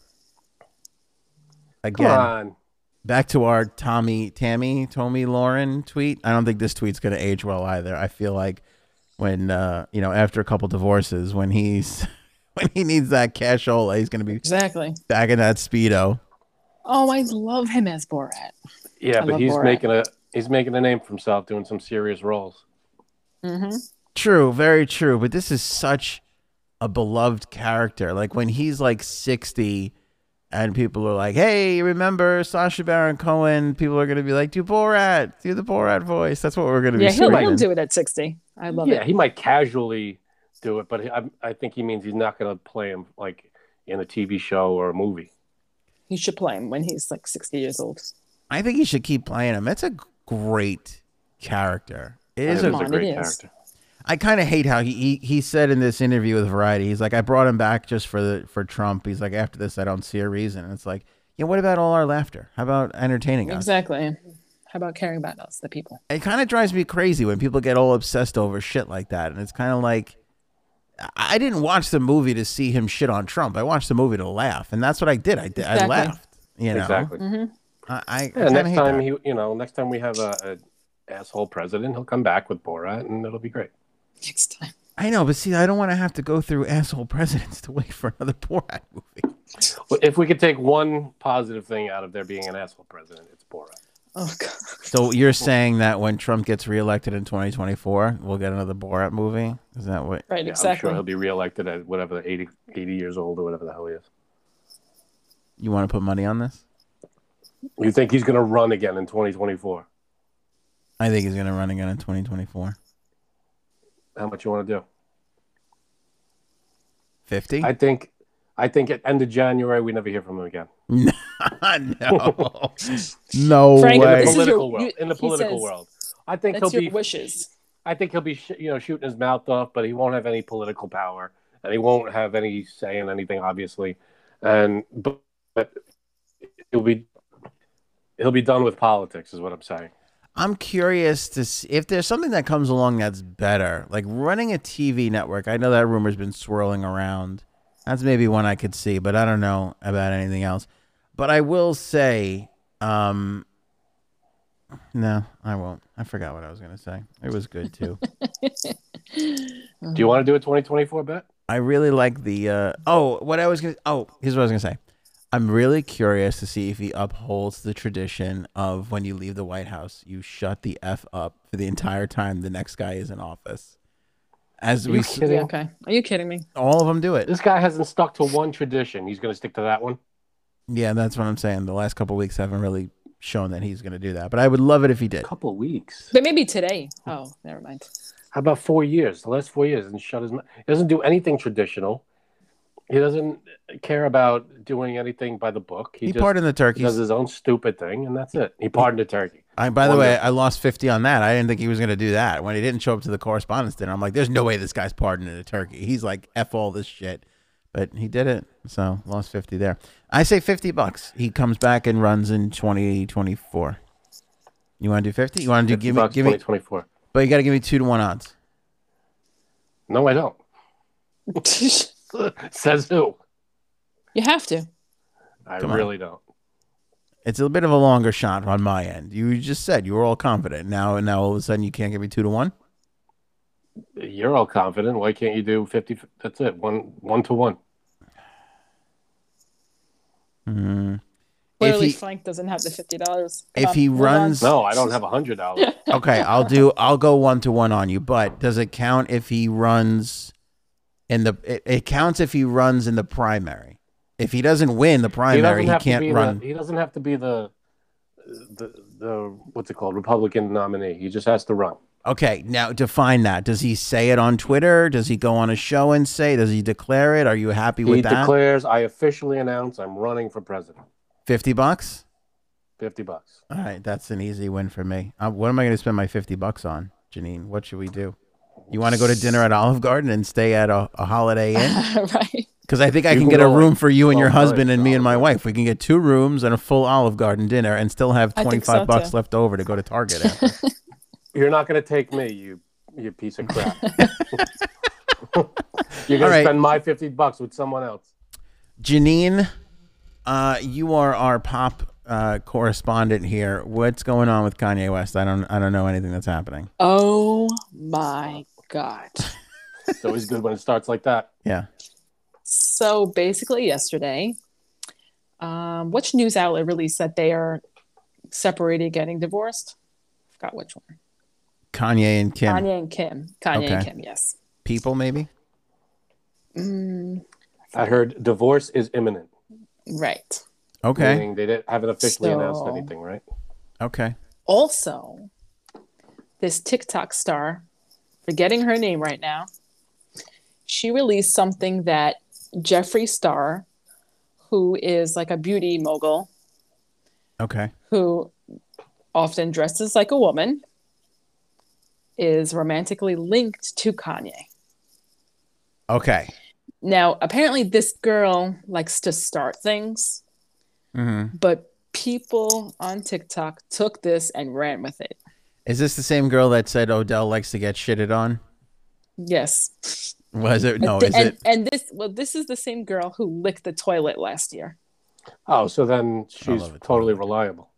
B: Come
A: Again,
B: on.
A: back to our Tommy, Tammy, Tommy Lauren tweet. I don't think this tweet's going to age well either. I feel like when, uh, you know, after a couple divorces, when he's, when he needs that cashola, he's going to be
E: Exactly.
A: back in that Speedo.
E: Oh, I love him as Borat.
B: Yeah,
E: I
B: but
E: love
B: he's
E: Borat.
B: making a he's making a name for himself doing some serious roles.
E: Mm-hmm.
A: True, very true. But this is such a beloved character. Like when he's like 60 and people are like, hey, remember Sasha Baron Cohen? People are going to be like, do Borat, do the Borat voice. That's what we're going to
E: Yeah,
A: be
E: he'll,
A: screaming.
E: he'll do it at 60. I love
B: yeah,
E: it.
B: he might casually do it, but I, I think he means he's not going to play him like in a TV show or a movie.
E: He should play him when he's like 60 years old.
A: I think he should keep playing him. That's a great character. It is
B: He
A: a
B: was
E: Come
B: a
E: on,
B: great
E: it is.
B: character.
A: I kind of hate how he, he he said in this interview with Variety, he's like, I brought him back just for the for Trump. He's like, after this, I don't see a reason. And it's like, yeah, what about all our laughter? How about entertaining us?
E: Exactly. How about caring about us, the people?
A: It kind of drives me crazy when people get all obsessed over shit like that, and it's kind of like, I- I didn't watch the movie to see him shit on Trump. I watched the movie to laugh, and that's what I did. I did. I
E: Exactly.
A: laughed. You know.
B: Exactly.
E: Mm-hmm.
A: I, I, I
B: Yeah,
A: kinda
B: next
A: hate
B: time
A: that.
B: he, you know, next time we have a, a asshole president, he'll come back with Borat, and it'll be great.
E: Next time.
A: I know, but see, I don't want to have to go through asshole presidents to wait for another Borat movie.
B: Well, If we could take one positive thing out of there being an asshole president, it's Borat.
E: Oh, God.
A: So you're saying that when Trump gets reelected in 2024, we'll get another Borat movie? Is that what?
E: Right,
B: Yeah, I'm
E: exactly.
B: sure he'll be reelected at whatever 80, 80 years old or whatever the hell he is.
A: You want to put money on this?
B: You think he's going to run again in 2024?
A: I think he's going to run again in 2024.
B: How much you want to do?
A: 50?
B: I think, I think at end of January we never hear from him again.
A: no. no
E: Frank,
A: way.
E: this is-
B: Political
E: your-
B: world.
E: you-
B: in the
E: he
B: political
E: says-
B: world, I think he'll
E: That's your
B: be.
E: wishes.
B: I think he'll be, sh- you know, shooting his mouth off, but he won't have any political power, and he won't have any say in anything, obviously. And but, but he'll be he'll be done with politics, is what I'm saying.
A: I'm curious to see if there's something that comes along that's better. Like running a TV network. I know that rumor's been swirling around. That's maybe one I could see, but I don't know about anything else. But I will say, um, no, I won't. I forgot what I was going to say. It was good too.
B: Do
A: Mm-hmm.
B: you want to do a 2024 bet?
A: I really like the uh oh, what I was gonna oh, here's what I was gonna say. I'm really curious to see if he upholds the tradition of when you leave the White House, you shut the F up for the entire time the next guy is in office. As we
B: you
A: s-
B: kidding?
E: Okay. Are you kidding me?
A: all of them do it.
B: This guy hasn't stuck to one tradition. He's going to stick to that one.
A: Yeah, that's what I'm saying. The last couple weeks haven't really shown that he's going to do that, but I would love it if he did.
B: couple weeks.
E: But maybe today. Oh, never mind.
B: How about four years? The last four years, and shut his mouth. He doesn't do anything traditional. He doesn't care about doing anything by the book. He,
A: He
B: just
A: pardoned the
B: does
A: turkeys.
B: his own stupid thing, and that's it. He pardoned a turkey.
A: I, by the way, I lost 50 on that. I didn't think he was going to do that. When he didn't show up to the correspondence dinner, I'm like, there's no way this guy's pardoning a turkey. He's like, F all this shit. But he did it. So lost 50 there. I say 50 bucks. He comes back and runs in 2024. You want to do 50? You want to do give me,
B: Bucks
A: give me,
B: 2024.
A: but you got to give me two to one odds.
B: No, I don't.
E: you
B: Says who?
E: have to.
B: I
A: Come on.
B: really don't.
A: It's a bit of a longer shot on my end. You just said you were all confident. Now, and now all of a sudden you can't give me two to one.
B: You're all confident. Why can't you do 50? That's it. One one to one.
A: Hmm.
E: Clearly,
A: he-
E: Frank doesn't have the fifty dollars.
A: If he runs,
B: No, I don't have a hundred dollars.
A: okay, I'll do. I'll go one to one on you. But does it count if he runs in the? It, it counts if he runs in the primary. If he doesn't win the
B: He
A: primary,
B: doesn't
A: he,
B: have to
A: can't
B: be
A: run.
B: The, he doesn't have to be the the the what's it called Republican nominee. He just has to run.
A: Okay, now define that. Does he say it on Twitter? Does he go on a show and say? Does he declare it? Are you happy
B: He
A: with that?
B: declares, "I officially announce I'm running for president."
A: Fifty bucks.
B: Fifty bucks.
A: All right, that's an easy win for me. Uh, what am I going to spend my fifty bucks on, Janine? What should we do? You want to go to dinner at Olive Garden and stay at a, a Holiday Inn?
E: right?
A: Because I think I
B: You
A: can
B: can
A: get a
B: go, like,
A: room for you and your
B: 12 nights
A: husband and
B: to
A: me and my
B: Olive
A: wife. We can get two rooms and a full Olive Garden dinner and still have
E: I
A: twenty
E: think so,
A: five bucks
E: too.
A: left over to go to Target. After.
B: You're not going to take me, you you piece of crap. You're going
A: right.
B: to spend my fifty bucks with someone else.
A: Janine, uh, you are our pop uh, correspondent here. What's going on with Kanye West? I don't I don't know anything that's happening.
E: Oh my god.
B: It's always good when it starts like that.
A: Yeah.
E: So basically, yesterday, um, which news outlet released that they are separated, getting divorced? forgot which one.
A: Kanye and Kim.
E: Kanye and Kim. Kanye and
A: Okay.
E: Kim. Yes.
A: People maybe?
E: Mm,
B: I heard divorce is imminent.
E: right.
A: Okay.
B: Meaning they didn't, haven't officially announced
E: So-
B: anything, right?
A: Okay.
E: Also, this TikTok star, forgetting her name right now, she released something that Jeffree Star, who is like a beauty mogul,
A: Okay.
E: who often dresses like a woman, is romantically linked to Kanye.
A: Okay.
E: Now, apparently, this girl likes to start things,
A: hmm
E: but people on TikTok took this and ran with it.
A: Is this the same girl that said Odell likes to get shitted on?
E: Yes.
A: Was it? No.
E: Th-
A: Is
E: and,
A: it?
E: and this, well, this is the same girl who licked the toilet last year.
B: Oh, so then she's
A: love it.
B: totally reliable.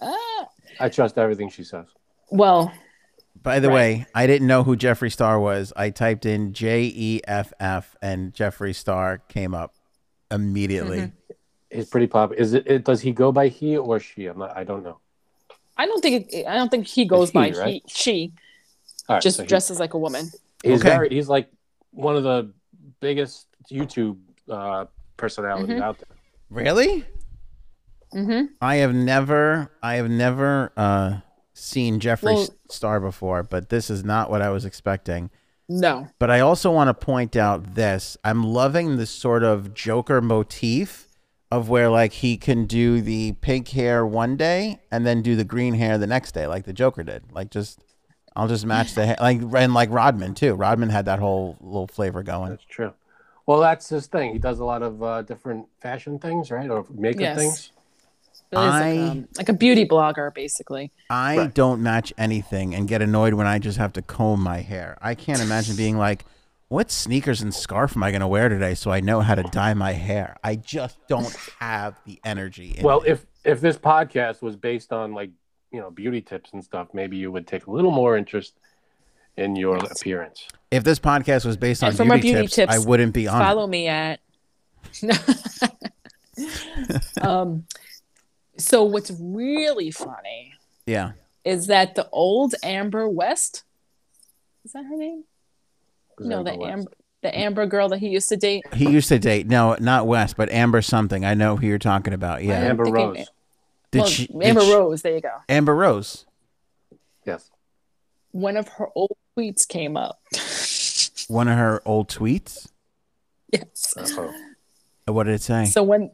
E: Ah.
B: I trust everything she says.
E: Well,
A: By the
E: Right.
A: way, I didn't know who Jeffree Star was. I typed in J E F F and Jeffree Star came up immediately.
E: Mm-hmm.
B: He's pretty popular. Is it, it? Does he go by he or she? I'm not. I don't know.
E: I don't think it, I don't think he goes
B: he,
E: by
B: right?
E: he, she
B: All right,
E: just
B: so he-
E: dresses like a woman.
B: he's
A: Okay.
B: very. He's like one of the biggest YouTube uh, personalities
E: Mhm.
B: out there.
A: Really?
E: hmm
A: I have never, I have never uh, seen Jeffree
E: Well-
A: Star before, but this is not what I was expecting.
E: No,
A: But I also want to point out this. I'm loving this sort of Joker motif of where like he can do the pink hair one day and then do the green hair the next day, like the Joker did. Like just I'll just match the hair like and like Rodman too. Rodman had that whole little flavor going.
B: That's true. Well, that's his thing. He does a lot of uh, different fashion things, right, or makeup
E: Yes.
B: things.
E: Really is
A: I-
E: like, um, like a beauty blogger, basically.
A: I
B: Right.
A: don't match anything and get annoyed when I just have to comb my hair. I can't imagine being like, what sneakers and scarf am I gonna wear today so I know how to dye my hair? I just don't have the energy. in
B: Well,
A: me.
B: if if this podcast was based on like you know beauty tips and stuff, maybe you would take a little more interest in your appearance.
A: If this podcast was based on
E: And for my
A: beauty,
E: beauty
A: tips,
E: tips,
A: I wouldn't be on. it.
E: follow me at um so what's really funny
A: Yeah.
E: is that the old amber west is that her name no
B: Amber
E: the
B: West.
E: amber The Amber girl that he used to date.
A: He used to date no, not West, but Amber something. I know who you're talking about. Yeah,
B: Amber
E: thinking-
B: Rose.
A: did
E: well,
A: she? did
E: Amber
A: she-
E: Rose. There you go.
A: Amber Rose.
B: Yes.
E: One of her old tweets came up.
A: One of her old tweets.
E: yes.
A: Oh,
B: Uh-oh.
A: Uh, What did it say?
E: So when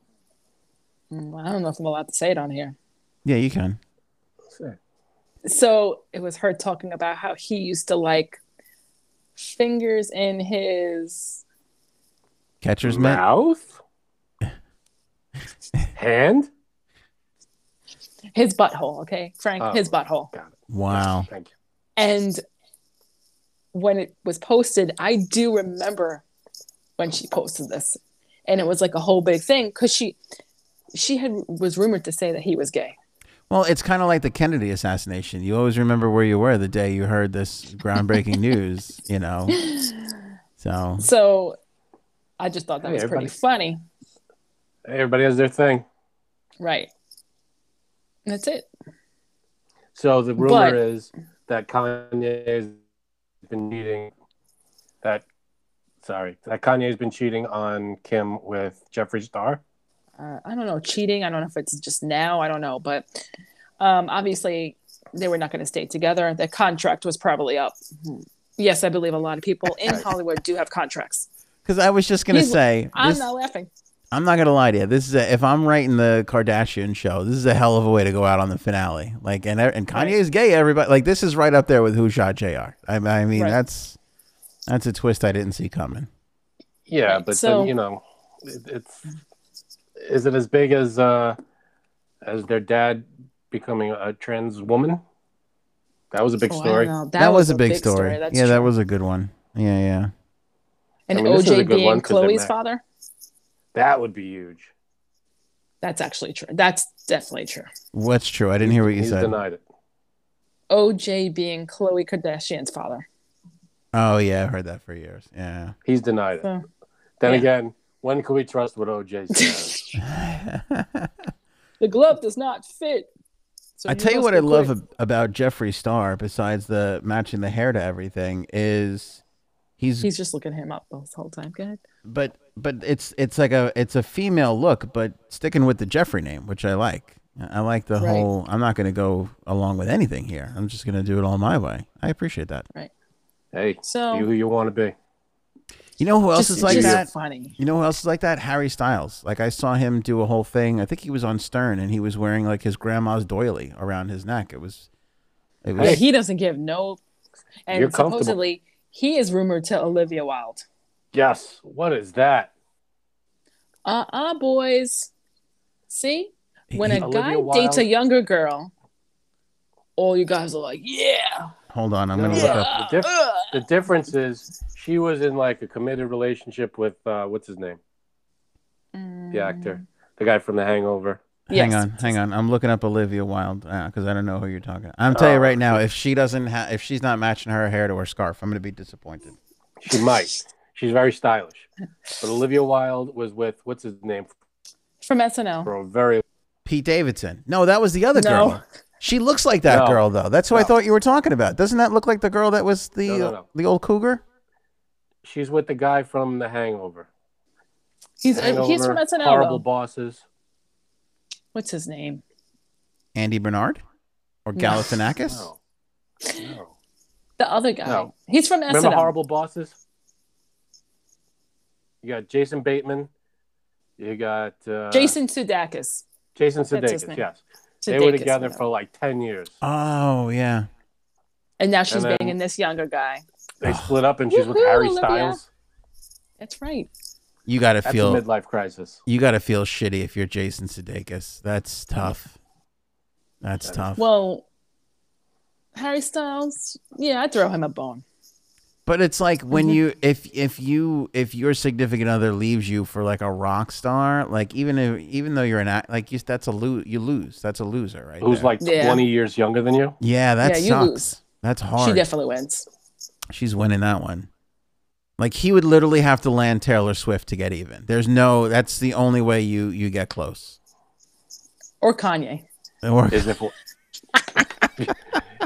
E: Mm, I don't know if I'm allowed to say it on here.
A: yeah, you can.
E: So it was her talking about how he used to like fingers in his
A: Catcher's mitt.
B: Mouth? Hand?
E: his butthole. Okay, Frank,
B: Oh.
E: his butthole.
B: Got it.
A: Wow.
B: Thank you.
E: And when it was posted, I do remember when she posted this, and it was like a whole big thing because she she had was rumored to say that he was gay.
A: Well, it's kind of like the Kennedy assassination. You always remember where you were the day you heard this groundbreaking news. You know. So
E: So I just thought that
B: Hey,
E: was
B: everybody.
E: pretty funny,
B: Hey, Everybody has their thing.
E: right? And that's it.
B: So the rumor
E: But-
B: is that Kanye's been cheating. That sorry, that Kanye's been cheating on Kim with Jeffree Star.
E: uh, I don't know, cheating. I don't know if it's just now. I don't know, but um, obviously they were not going to stay together. The contract was probably up. Yes, I believe a lot of people in Hollywood do have contracts.
A: because I was just gonna
E: He's-
A: say, this,
E: I'm not laughing.
A: I'm not gonna lie to you. This is a, if I'm writing the Kardashian show, this is a hell of a way to go out on the finale. Like, and and Kanye's gay. Everybody like this is right up there with who shot Jr. I, I mean,
E: Right.
A: that's that's a twist I didn't see coming.
B: Yeah,
E: Right,
B: but
E: so-
B: then you know, it, it's is it as big as uh as their dad becoming a trans woman? That was a big
E: Oh, I don't
B: story.
E: know. That,
A: That, was, a big, story.
E: That's
A: yeah, that
E: true.
A: was a good one. Yeah, yeah.
E: and
B: I mean, this is a
E: OJ
B: good one
E: being
B: 'cause it
E: Chloe's
B: ma-
E: father.
B: That would be huge.
E: That's actually true. That's definitely true.
A: What's true? I didn't hear what you
B: He's
A: said.
B: denied it.
E: OJ being Chloe Kardashian's father.
A: Oh yeah, I heard that for years. Yeah.
B: He's denied it.
E: So,
B: then
E: yeah.
B: again, when can we trust what OJ says?
E: The glove does not fit. So
A: I tell you
E: must
A: what
E: be
A: I love
E: quick.
A: ab- about Jeffree Star, besides the matching the hair to everything, is he's
E: He's just looking him up this whole time. Go ahead.
A: but but it's it's like a it's a female look, but sticking with the Jeffrey name, which I like. I like the
E: Right.
A: whole. I'm not going to go along with anything here. I'm just going to do it all my way. I appreciate that.
B: hey,
E: So
B: be who you want to be.
A: You know who else
E: just,
A: is like
E: just
A: that?
E: funny.
A: You know who else is like that? Harry Styles. Like I saw him do a whole thing. I think he was on Stern, and he was wearing like his grandma's doily around his neck. It was. It was
E: Yeah, he doesn't give no. And
B: You're comfortable.
E: supposedly, he is rumored to Olivia Wilde.
B: Yes. What is that?
E: Uh uh boys. See, when
A: he-
E: a
B: Olivia
E: guy
B: Wilde.
E: dates a younger girl, all you guys are like, yeah.
A: hold on, I'm
B: No,
A: going to
B: no,
A: look
B: no.
A: up.
E: uh,
B: diff-
E: uh."
B: The difference is she was in like a committed relationship with uh, what's his name,
E: Mm.
B: the actor, the guy from The Hangover.
A: Hang
E: Yes.
A: on, hang on. I'm looking up Olivia Wilde because I don't know who you're talking. I'm telling you
B: Oh.
A: right now, if she doesn't, ha- if she's not matching her hair to her scarf, I'm going to be disappointed.
B: She might. She's very stylish. But Olivia Wilde was with what's his name
E: From SNL.
B: for a very
A: Pete Davidson. No, that was the other
E: No.
A: girl. She looks like that
B: No.
A: girl though. That's who I
B: No.
A: thought you were talking about. Doesn't that look like the girl that was the
B: No, no, no.
A: the old cougar?
B: she's with the guy from The Hangover.
E: He's uh, he's
B: Hangover,
E: from SNL.
B: Horrible
E: Though.
B: bosses.
E: What's his name?
A: Andy Bernard or
E: No.
A: Galifianakis?
B: No. No.
E: The other guy.
B: No.
E: He's from SNL.
B: Remember Horrible Bosses? You got Jason Bateman. You got uh,
E: Jason Sudeikis.
B: Jason
E: that's his
B: Sudeikis.
E: name.
B: Yes, they were
E: Sudeikis,
B: together
E: whatever.
B: for like ten years.
A: Oh yeah.
E: And now she's
B: and then-
E: banging this younger guy.
A: Ah.
B: They split up, and she's with
E: Woohoo,
B: Harry
E: Olivia.
B: Styles.
E: That's right.
A: You got to
B: That's
A: feel
B: a midlife crisis.
A: you got to feel shitty if you're Jason Sudeikis. That's tough. That's
B: That is-
A: tough.
E: Well, Harry Styles, yeah, I throw him a bone.
A: But it's like when
E: Mm-hmm.
A: you if if you if your significant other leaves you for like a rock star, like even if even though you're an act, like you, that's a lo- you lose. That's a loser, right?
B: Who's
A: there.
B: like
E: Yeah.
B: twenty years younger than you?
A: yeah, that
E: Yeah, you
A: sucks.
E: lose.
A: That's hard.
E: She definitely wins.
A: She's winning that one. Like he would literally have to land Taylor Swift to get even. There's no. That's the only way you you get close.
E: Or Kanye.
A: Or
B: Is if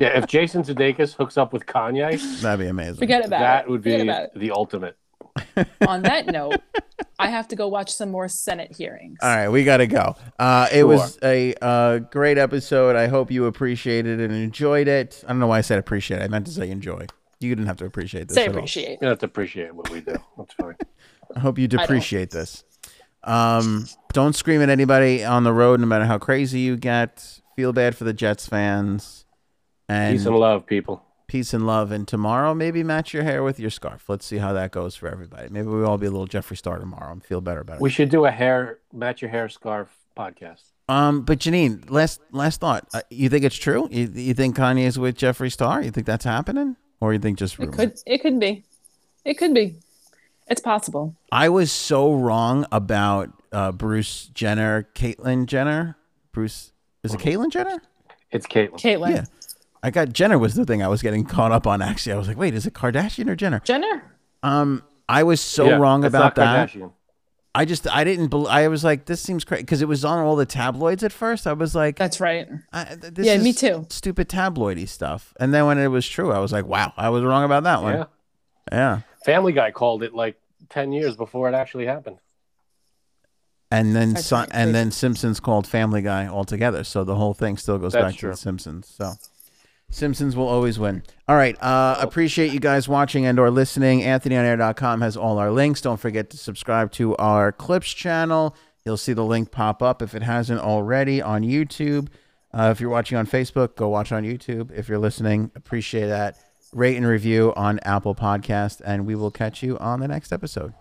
B: yeah, if Jason Sudeikis hooks up with Kanye,
A: that'd be amazing.
E: Forget about it.
B: that would be
E: Forget about it.
B: the ultimate.
E: on that note, I have to go watch some more Senate hearings.
A: All right, we got to go. Uh, it was a uh, great episode. I hope you appreciated it and enjoyed it. I don't know why I said appreciate. I meant to say enjoy. You didn't have to appreciate this.
E: Say
A: at all.
E: appreciate.
B: You have to appreciate what we do. That's fine.
A: I hope you depreciate this. Um, don't scream at anybody on the road, no matter how crazy you get. Feel bad for the Jets fans. And
B: Peace and love, people.
A: peace and love. And tomorrow, maybe match your hair with your scarf. Let's see how that goes for everybody. Maybe we'll all be a little Jeffree Star tomorrow and feel better about it.
B: We should do a hair match your hair scarf podcast.
A: Um, but Janine, last last thought. Uh, you think it's true? You, you think Kanye's with Jeffree Star? You think that's happening, or you think just rumor?
E: It could it could be. It could be. It's possible.
A: I was so wrong about uh, Bruce Jenner, Caitlyn Jenner. Bruce is it Caitlyn Jenner?
B: It's Caitlin.
E: Caitlyn
A: Yeah. I got Jenner was the thing I was getting caught up on. Actually, I was like, wait, is it Kardashian or Jenner?
E: Jenner.
A: Um, I was so
B: Yeah,
A: wrong
B: it's
A: about
B: not
A: that.
B: Kardashian.
A: I just I didn't. Bel- I was like, this seems crazy because it was on all the tabloids at first. I was like,
E: That's right.
A: I, th- this
E: Yeah,
A: is
E: me too.
A: Stupid tabloidy stuff. And then when it was true, I was like, wow, I was wrong about that one.
B: Yeah.
A: Yeah.
B: Family Guy called it like ten years before it actually happened.
A: And then
E: That's
A: Sim-
E: right,
A: and
E: too.
A: then Simpsons called Family Guy altogether. So the whole thing still goes
B: That's
A: back
B: true.
A: to the Simpsons. So Simpsons will always win. All right. Uh, appreciate you guys watching and or listening. AnthonyOnAir.com has all our links. Don't forget to subscribe to our Clips channel. You'll see the link pop up if it hasn't already on YouTube. Uh, if you're watching on Facebook, go watch on YouTube. If you're listening, appreciate that. Rate and review on Apple Podcast, and we will catch you on the next episode.